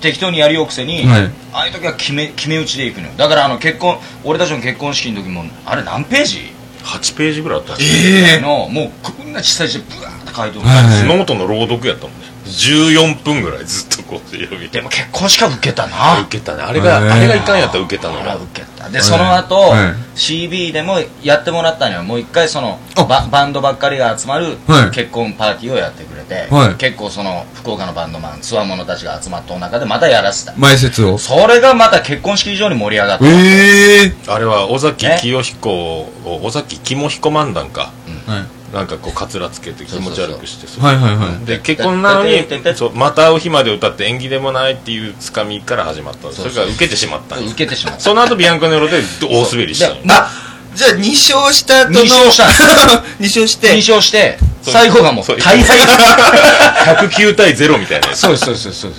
Speaker 2: 適当にやりよくせに、
Speaker 3: はい
Speaker 2: ああいう時は決め決め打ちでいくのよだからあの結婚俺たちの結婚式の時もあれ何ページ
Speaker 1: 8ページぐらいあったス
Speaker 3: ええ
Speaker 2: のもうこんな小さい字でブワーッと書いておる、
Speaker 3: はい
Speaker 1: ノートの朗読やったもんね14分ぐらいずっとこう読み
Speaker 2: でも結婚式は受けたな
Speaker 1: 受けたねあれが、
Speaker 3: えー
Speaker 1: あれがいかんやったら受けたの
Speaker 2: 俺
Speaker 1: が
Speaker 2: は受けたでその後、
Speaker 3: はい
Speaker 2: CB でもやってもらったのよもう一回そのババンドばっかりが集まる
Speaker 3: はい
Speaker 2: 結婚パーティーをやってくれて、
Speaker 3: はい
Speaker 2: 結構その福岡のバンドマンつわものたちが集まった中でまたやらせた
Speaker 3: 前説を。
Speaker 2: それがまた結婚式以上に盛り上がった
Speaker 3: ええ
Speaker 1: あれは尾崎
Speaker 2: ね
Speaker 1: 清彦を尾崎肝彦漫談か
Speaker 3: はい
Speaker 1: なんかこうかつらつけて気持ち悪くしてそう
Speaker 3: はいはいはい。
Speaker 1: で結婚なのに
Speaker 2: てててて
Speaker 1: そうまた会う日まで歌って縁起でもないっていうつかみから始まったんです
Speaker 2: そう
Speaker 1: そ
Speaker 2: そう
Speaker 1: れが受けてしまったんです
Speaker 2: 受けてしまった
Speaker 1: その後ビアンコネロで大滑りしたの
Speaker 2: そう
Speaker 3: あ、じゃあ2勝した後の、
Speaker 2: 二勝したんですよ
Speaker 3: 二勝して、
Speaker 2: 認証して
Speaker 1: そう
Speaker 2: 最後がもう
Speaker 1: そう
Speaker 2: 大敗
Speaker 1: 109対0みたいなやつ
Speaker 2: そうそうそうそう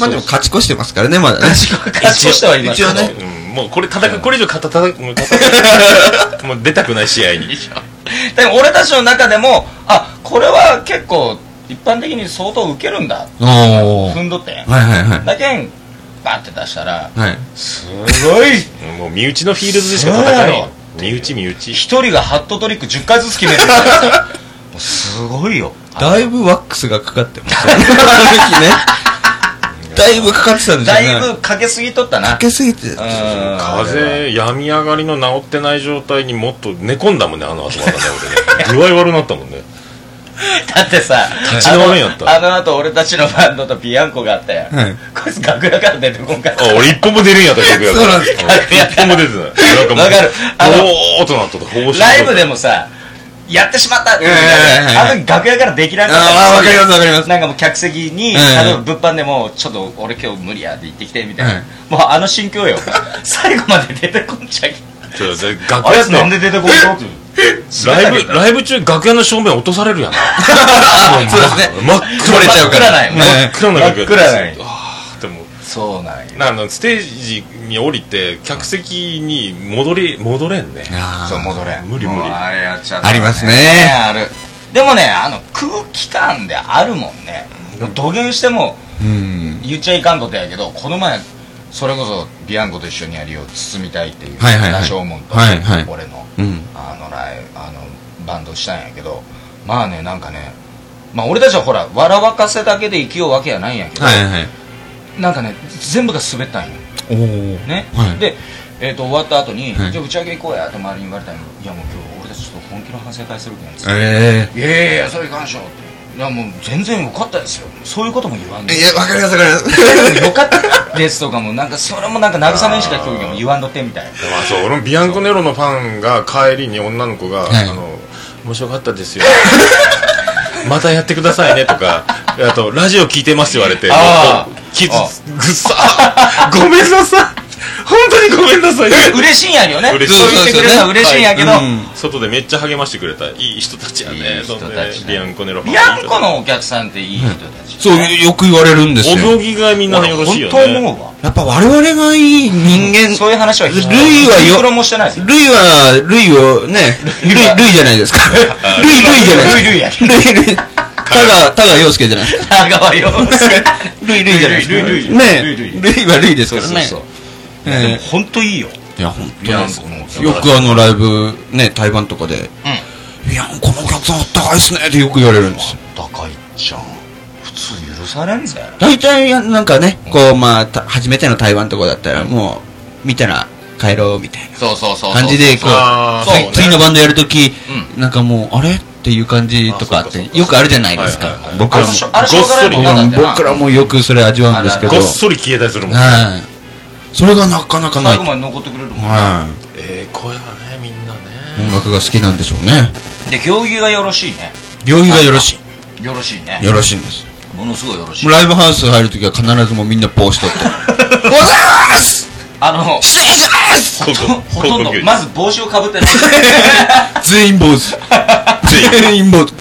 Speaker 3: まあでも勝ち越してますからね、まだね。
Speaker 2: 勝ち越してはいますけど
Speaker 3: 一応ね
Speaker 1: うんもうこれ戦うこれ以上勝たたもう戦うもう出たくない試合に
Speaker 2: でも俺たちの中でもあこれは結構一般的に相当ウケるんだ
Speaker 3: お
Speaker 2: 踏んどってん
Speaker 3: はいはいは
Speaker 2: だけんバッて出したら
Speaker 3: い。はい。
Speaker 2: すごい
Speaker 1: うんもう身内のフィールドでしか戦えないよ身内身内
Speaker 2: 一人がハットトリック10回ずつ決 めるもうすごいよ
Speaker 3: だいぶワックスがかかってま すよね。あの時ね。だいぶかかってたんですよ
Speaker 2: だ
Speaker 3: ね。
Speaker 2: いぶかけすぎとったな
Speaker 3: かけすぎて。
Speaker 2: うん
Speaker 1: 風邪病み上がりの治ってない状態にもっと寝込んだもんねあの後またね俺ね具合悪なったもんね
Speaker 2: だってさ
Speaker 1: 立ち直れんやった
Speaker 2: あのあの後俺たちのバンドとビアンコがあったやん、
Speaker 3: はい
Speaker 2: こいつ楽屋から出てこんかった
Speaker 1: あ俺一歩も出るんやった曲や
Speaker 3: そうなんです
Speaker 2: か
Speaker 1: 一歩も出てないなんかもう
Speaker 2: わかるあの
Speaker 1: おーっとなっとった
Speaker 2: ライブで
Speaker 1: も
Speaker 2: もさやってしまったっていう
Speaker 3: はいはいはいはい
Speaker 2: あの時楽屋からできなかった
Speaker 3: あーわかりますわかります
Speaker 2: なんかもう客席に、
Speaker 3: はいはい
Speaker 2: あの物販でもうちょっと俺今日無理やで行ってきてみたいな、
Speaker 3: はい
Speaker 2: もうあの心境よ 最後まで出てこんちゃい
Speaker 1: 楽
Speaker 2: あい
Speaker 1: 屋
Speaker 2: つなん
Speaker 1: ね
Speaker 2: で出てこんのって
Speaker 1: ライブライブ中楽屋の正面落とされるやんな
Speaker 3: そうですね。
Speaker 1: 真っ
Speaker 3: 取
Speaker 1: 暗
Speaker 3: れちゃうから。
Speaker 2: 真っ暗なんよ
Speaker 1: 真っ暗な楽
Speaker 3: ね
Speaker 1: 屋
Speaker 2: 真っ暗なんよ
Speaker 1: あーでも
Speaker 2: そうなんよ
Speaker 1: なんかあのステージに降りて客席に戻り戻れんね
Speaker 3: あ
Speaker 2: そう戻れん
Speaker 1: 無理無理
Speaker 2: もうあれやっちゃった
Speaker 3: ありますね
Speaker 2: あるでもねあの空気感であるもんね土下しても
Speaker 3: ーうん。
Speaker 2: 言っちゃいかんことやけどこの前それこそビアンコと一緒にやりを包みたいっていう
Speaker 3: はいはいはい
Speaker 2: 羅生門と
Speaker 3: はいはい
Speaker 2: 俺の
Speaker 3: うん。
Speaker 2: あのライあのバンドしたんやけどまあねなんかねまあ俺たちはほら笑わかせだけで生きようわけやないんやけど
Speaker 3: はいはい。
Speaker 2: なんかね全部が滑ったんよ
Speaker 3: おー
Speaker 2: ね、
Speaker 3: はい
Speaker 2: で、えー、と終わった後に、
Speaker 3: はい
Speaker 2: じゃあ打ち上げ行こうやと周りに言われたのいやもう今日俺たちちょっと本気の反省会するけんっつって
Speaker 3: え
Speaker 2: いやいやいやそれいかんでしょっていやもう全然よかったですよそういうことも言わん
Speaker 3: え。
Speaker 2: で
Speaker 3: いや、わかりますわかります。
Speaker 2: よかったですとかもなんかそれもなんか慰めにしか興味がもう言わんとってみたいな
Speaker 1: まあそう俺もビアンコネロのファンが帰りに女の子が「
Speaker 3: はい
Speaker 1: あの面白かったですよ」 またやってくださいね」とかあと「ラジオ聞いてます」言われて
Speaker 2: あー
Speaker 1: もう傷
Speaker 2: あ
Speaker 1: ぐっさごめんなさい本当にごめんなさい
Speaker 2: 嬉しいんやりよね
Speaker 1: 嬉しい
Speaker 2: そう言ってくれたら嬉しいんやけど、
Speaker 3: はいうん
Speaker 1: 外でめっちゃ励ましてくれたいい人たちやね
Speaker 2: いい人たち
Speaker 1: そん
Speaker 2: だ
Speaker 1: でビアンコネロファン
Speaker 2: ビアンコのお客さんっていい人たち、
Speaker 3: そう、よく言われるんです
Speaker 1: お
Speaker 3: よ。
Speaker 1: 行儀がみんなよろしいよ
Speaker 2: 本当思
Speaker 1: ね
Speaker 2: うわ
Speaker 3: やっぱ我々がいい人間。
Speaker 2: そういう話は一
Speaker 3: ルイはよ
Speaker 2: 一度もしてないですよ
Speaker 3: ルイは、ルイをね、ルイ、ル
Speaker 2: は
Speaker 3: イじゃないです か。ルイ、ルイじゃない
Speaker 2: ルイルイや
Speaker 3: ですか。ルイ、ルイ。たが、たが洋介じゃないですか。
Speaker 2: 長川よ
Speaker 3: ルイ、ルイじゃないですか。
Speaker 2: ルイルイルイ
Speaker 3: ね
Speaker 2: ルイ
Speaker 3: ル
Speaker 2: ルイ
Speaker 3: イはルイですからね。ええ
Speaker 2: でも本当いいよ
Speaker 3: いや、本
Speaker 2: ビアンコのお客
Speaker 3: 当よくあのライブ、ね、台湾とかで、いや、このお客さんあったかいっすねってよく言われるんですよ。
Speaker 2: 高いじゃん普通許されんぜ
Speaker 3: 大体やなんかねこうまあた初めての台湾とかだったらもう見たら帰ろうみたいな
Speaker 2: そうそうそうそう
Speaker 3: 感じでこう
Speaker 1: あー
Speaker 3: つい
Speaker 1: そうね
Speaker 3: 次のバンドやるとき、
Speaker 2: う
Speaker 3: なんかもうあれっていう感じとかっ
Speaker 1: あそうかそう
Speaker 3: て
Speaker 1: か
Speaker 3: よくあるじゃないです
Speaker 1: は
Speaker 3: か
Speaker 1: いはいはい
Speaker 3: 僕らも
Speaker 2: あのあれしょうがないもんなだってな
Speaker 3: 僕らもよくそれ味わうんですけど
Speaker 1: ごっそり消えたりするもんね
Speaker 3: はいそれがなかなかない
Speaker 2: 最後
Speaker 3: は
Speaker 2: まで残ってくれるもん
Speaker 3: い
Speaker 1: ええ声がねみんなね
Speaker 3: 音楽が好きなんでしょうね
Speaker 2: で行儀がよろしいね
Speaker 3: 病気がよろし
Speaker 2: よろしいね
Speaker 3: いよろしいんです
Speaker 2: ものすごいよろし
Speaker 3: も
Speaker 2: いう
Speaker 3: ライブハウス入るときは必ずもうみんな帽子取って「 おはようございます
Speaker 2: あの
Speaker 3: 失礼します!
Speaker 1: ここ
Speaker 2: ほほとんど
Speaker 1: ここ
Speaker 2: まず帽子をかぶってない」
Speaker 3: 全員坊主全員坊主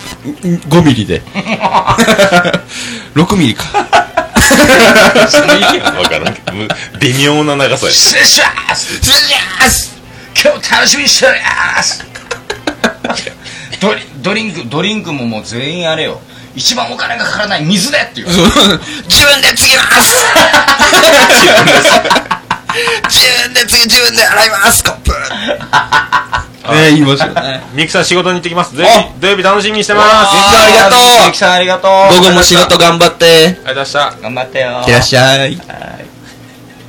Speaker 3: 5ミリで6ミリか
Speaker 1: わからんけどむ微妙な長さや
Speaker 2: 失礼します
Speaker 3: 失礼します
Speaker 2: 今日楽しみにしておりますドリドリンクドリンクももう全員あれよ一番お金がかからない水でっていう
Speaker 3: 自分でつぎ ます自分でつぎ自分で洗いますコップね言いますよね
Speaker 1: ミキさん仕事に行ってきます土曜
Speaker 3: あ
Speaker 1: 日土曜日楽しみにしてます
Speaker 3: あさんありがとう
Speaker 2: ミキさんありがとう
Speaker 3: 午後も仕事頑張って
Speaker 1: ありがとうございました
Speaker 2: 頑張ってよ
Speaker 3: いってらっしゃい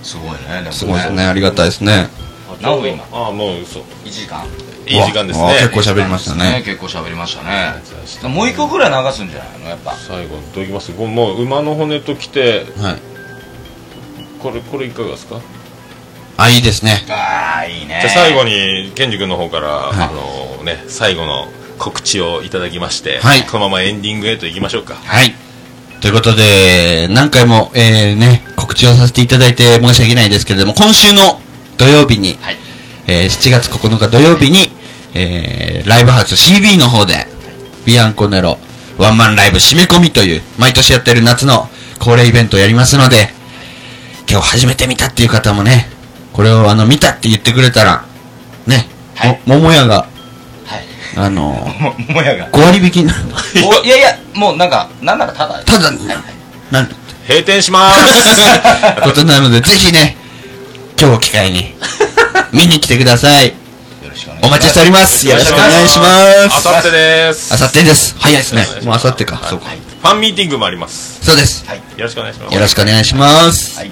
Speaker 2: すごいねでも
Speaker 3: すごいですねありがたいですね
Speaker 2: 何分今
Speaker 1: ああもうそう
Speaker 2: 1時間
Speaker 1: いい時間です
Speaker 3: わあ
Speaker 1: ね
Speaker 3: 結構喋りましたね
Speaker 2: 結構喋りましたねもう一個ぐらい流すんじゃないのやっぱ
Speaker 1: 最後どういきますごもう馬の骨ときて
Speaker 3: はい
Speaker 1: これこれいかがですか
Speaker 3: あいいですね
Speaker 2: ああいいね
Speaker 1: じゃあ最後にケンジ君の方から、
Speaker 3: い
Speaker 1: あのね最後の告知をいただきまして、
Speaker 3: はい
Speaker 1: このままエンディングへと行きましょう か
Speaker 3: はいということで何回もえーね告知をさせていただいて申し訳ないですけれども今週の土曜日に
Speaker 2: はい
Speaker 3: えー7月9日土曜日に、えーライブハウス CB の方で、ビアンコネロワンマンライブ締め込みという、毎年やってる夏の恒例イベントをやりますので、今日初めて見たっていう方もね、これをあの、見たって言ってくれたら、ね、
Speaker 2: はい
Speaker 3: も、桃屋が、
Speaker 2: はい
Speaker 3: あのー、
Speaker 2: も もやが
Speaker 3: 5割引きになる。
Speaker 2: おいやいやもうなんかなんならただ
Speaker 3: ただ、なんて
Speaker 1: 閉店します
Speaker 3: ことなので、ぜひね、今日を機会に、見に来てください。
Speaker 2: よろしくお願いします
Speaker 3: お待ちしております。よろしくお願いしま
Speaker 1: あ
Speaker 3: す。
Speaker 1: さってです
Speaker 3: あさってです。早いですね。もうあさってか。そうか
Speaker 2: はい。
Speaker 1: ファンミーティングもあります
Speaker 3: そうです。
Speaker 2: はい
Speaker 1: よろしくお願いします
Speaker 3: よろしくお願いします。
Speaker 2: はい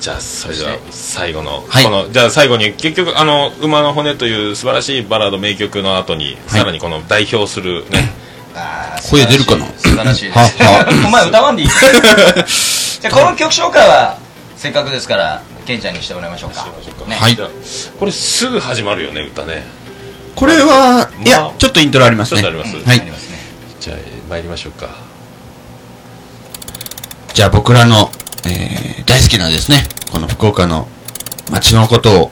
Speaker 1: じゃあそれでは最後の、
Speaker 3: はい
Speaker 1: このじゃあ最後に結局あの「馬の骨」という素晴らしいバラード名曲の後に、
Speaker 3: はい
Speaker 1: さらにこの代表するね
Speaker 2: あー
Speaker 3: 声出るかな
Speaker 2: 素晴らしいで
Speaker 3: は
Speaker 2: す お前歌わんでいい じゃあこの曲紹介はせっかくですからケンちゃんにしてもらいましょうかね
Speaker 3: はい
Speaker 1: じゃあこれすぐ始まるよね歌ね
Speaker 3: これは、い
Speaker 1: ま
Speaker 3: や
Speaker 1: あ、
Speaker 3: ちょっとイントロありますね。
Speaker 1: ちょっとあります
Speaker 2: あ
Speaker 3: は
Speaker 2: り
Speaker 3: い。
Speaker 2: ますね
Speaker 1: じゃあ参りましょうか
Speaker 3: じゃあ僕らの、えー、大好きなですね、この福岡の街のことを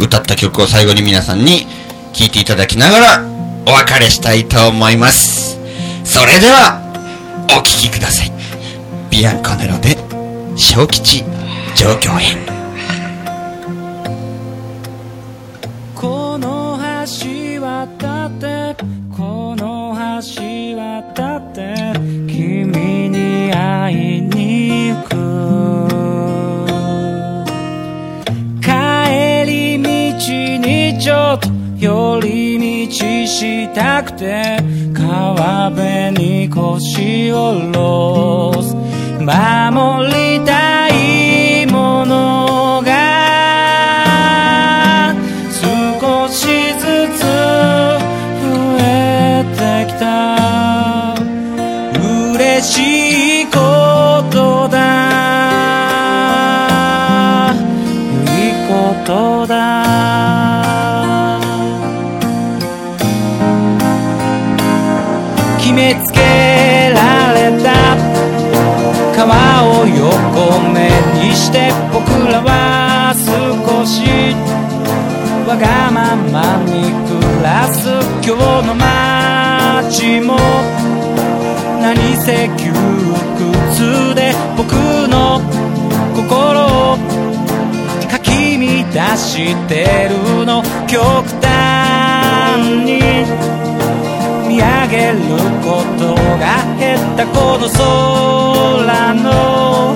Speaker 3: 歌った曲を最後に皆さんに聴いていただきながらお別れしたいと思います。それでは、お聴きください。ビアンコネロで、小吉上京編。
Speaker 5: この橋渡ってこの橋渡って君に会いに行く帰り道にちょっと寄り道したくて川辺に腰を下ろす守りたいものが少しずつ増えてきた嬉しいことだいいことだ決めつけられた川を横目にして僕らは少しわがままに暮らす今日の街も何せ窮屈で僕の心をかき乱してるの極端に見上げることが減ったこの空の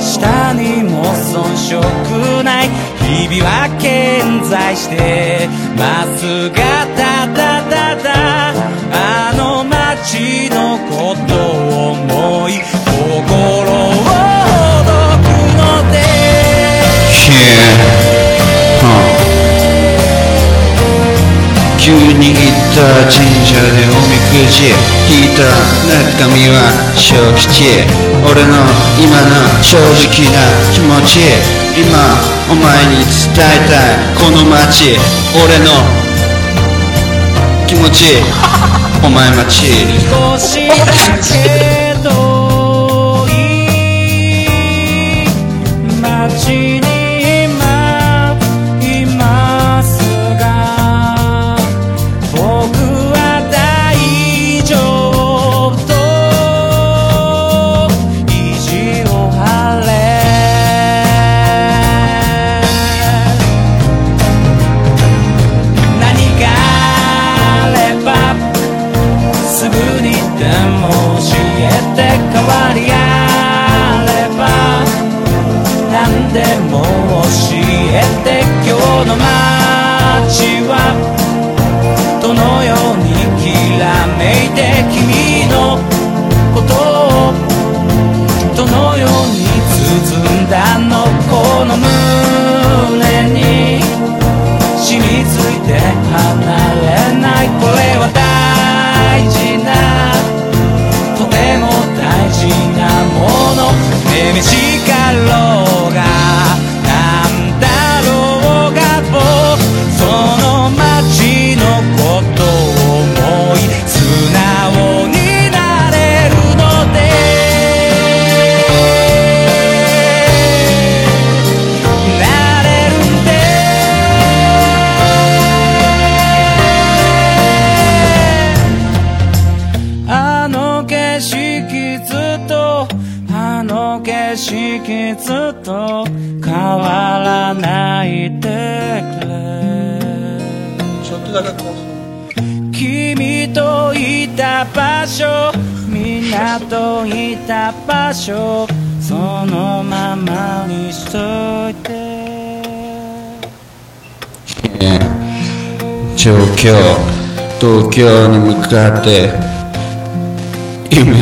Speaker 5: 下にも遜色ない日々は健在してますがただただあの街のことを思い
Speaker 3: 急に行った神社でおみくじ引いた中身は小吉俺の今の正直な気持ち今お前に伝えたいこの街俺の気持ちお前待ち
Speaker 5: 少しだけ遠い街に今いますが僕は大丈夫と意地を張れ何かあればすぐにでも教えて変わりあれば何でも教えて今日の街はどのようにきらめいて君のことをどのように包んだのこの胸に染みついて離れないこれは大事なとても大事なものねめしかろうがなんだろうが僕その街のことを思い素直になれるのでなれるんであの景色ずっとあの景色ずっと変わらないでくれ君といた場所みんなといた場所そのままにしといて
Speaker 3: えー状況東京に向かって夢を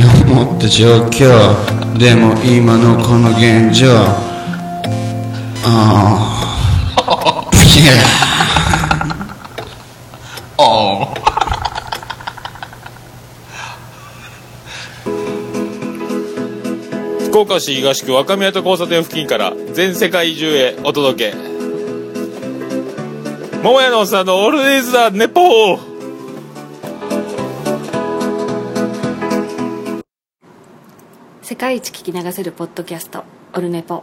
Speaker 3: 持った状況でも今のこの現状ああいや
Speaker 1: 福岡市東区若宮と交差点付近から全世界中へお届け桃屋のおっさんのオールデイズだネポー
Speaker 6: 世界一聞き流せるポッドキャスト「オルネポ」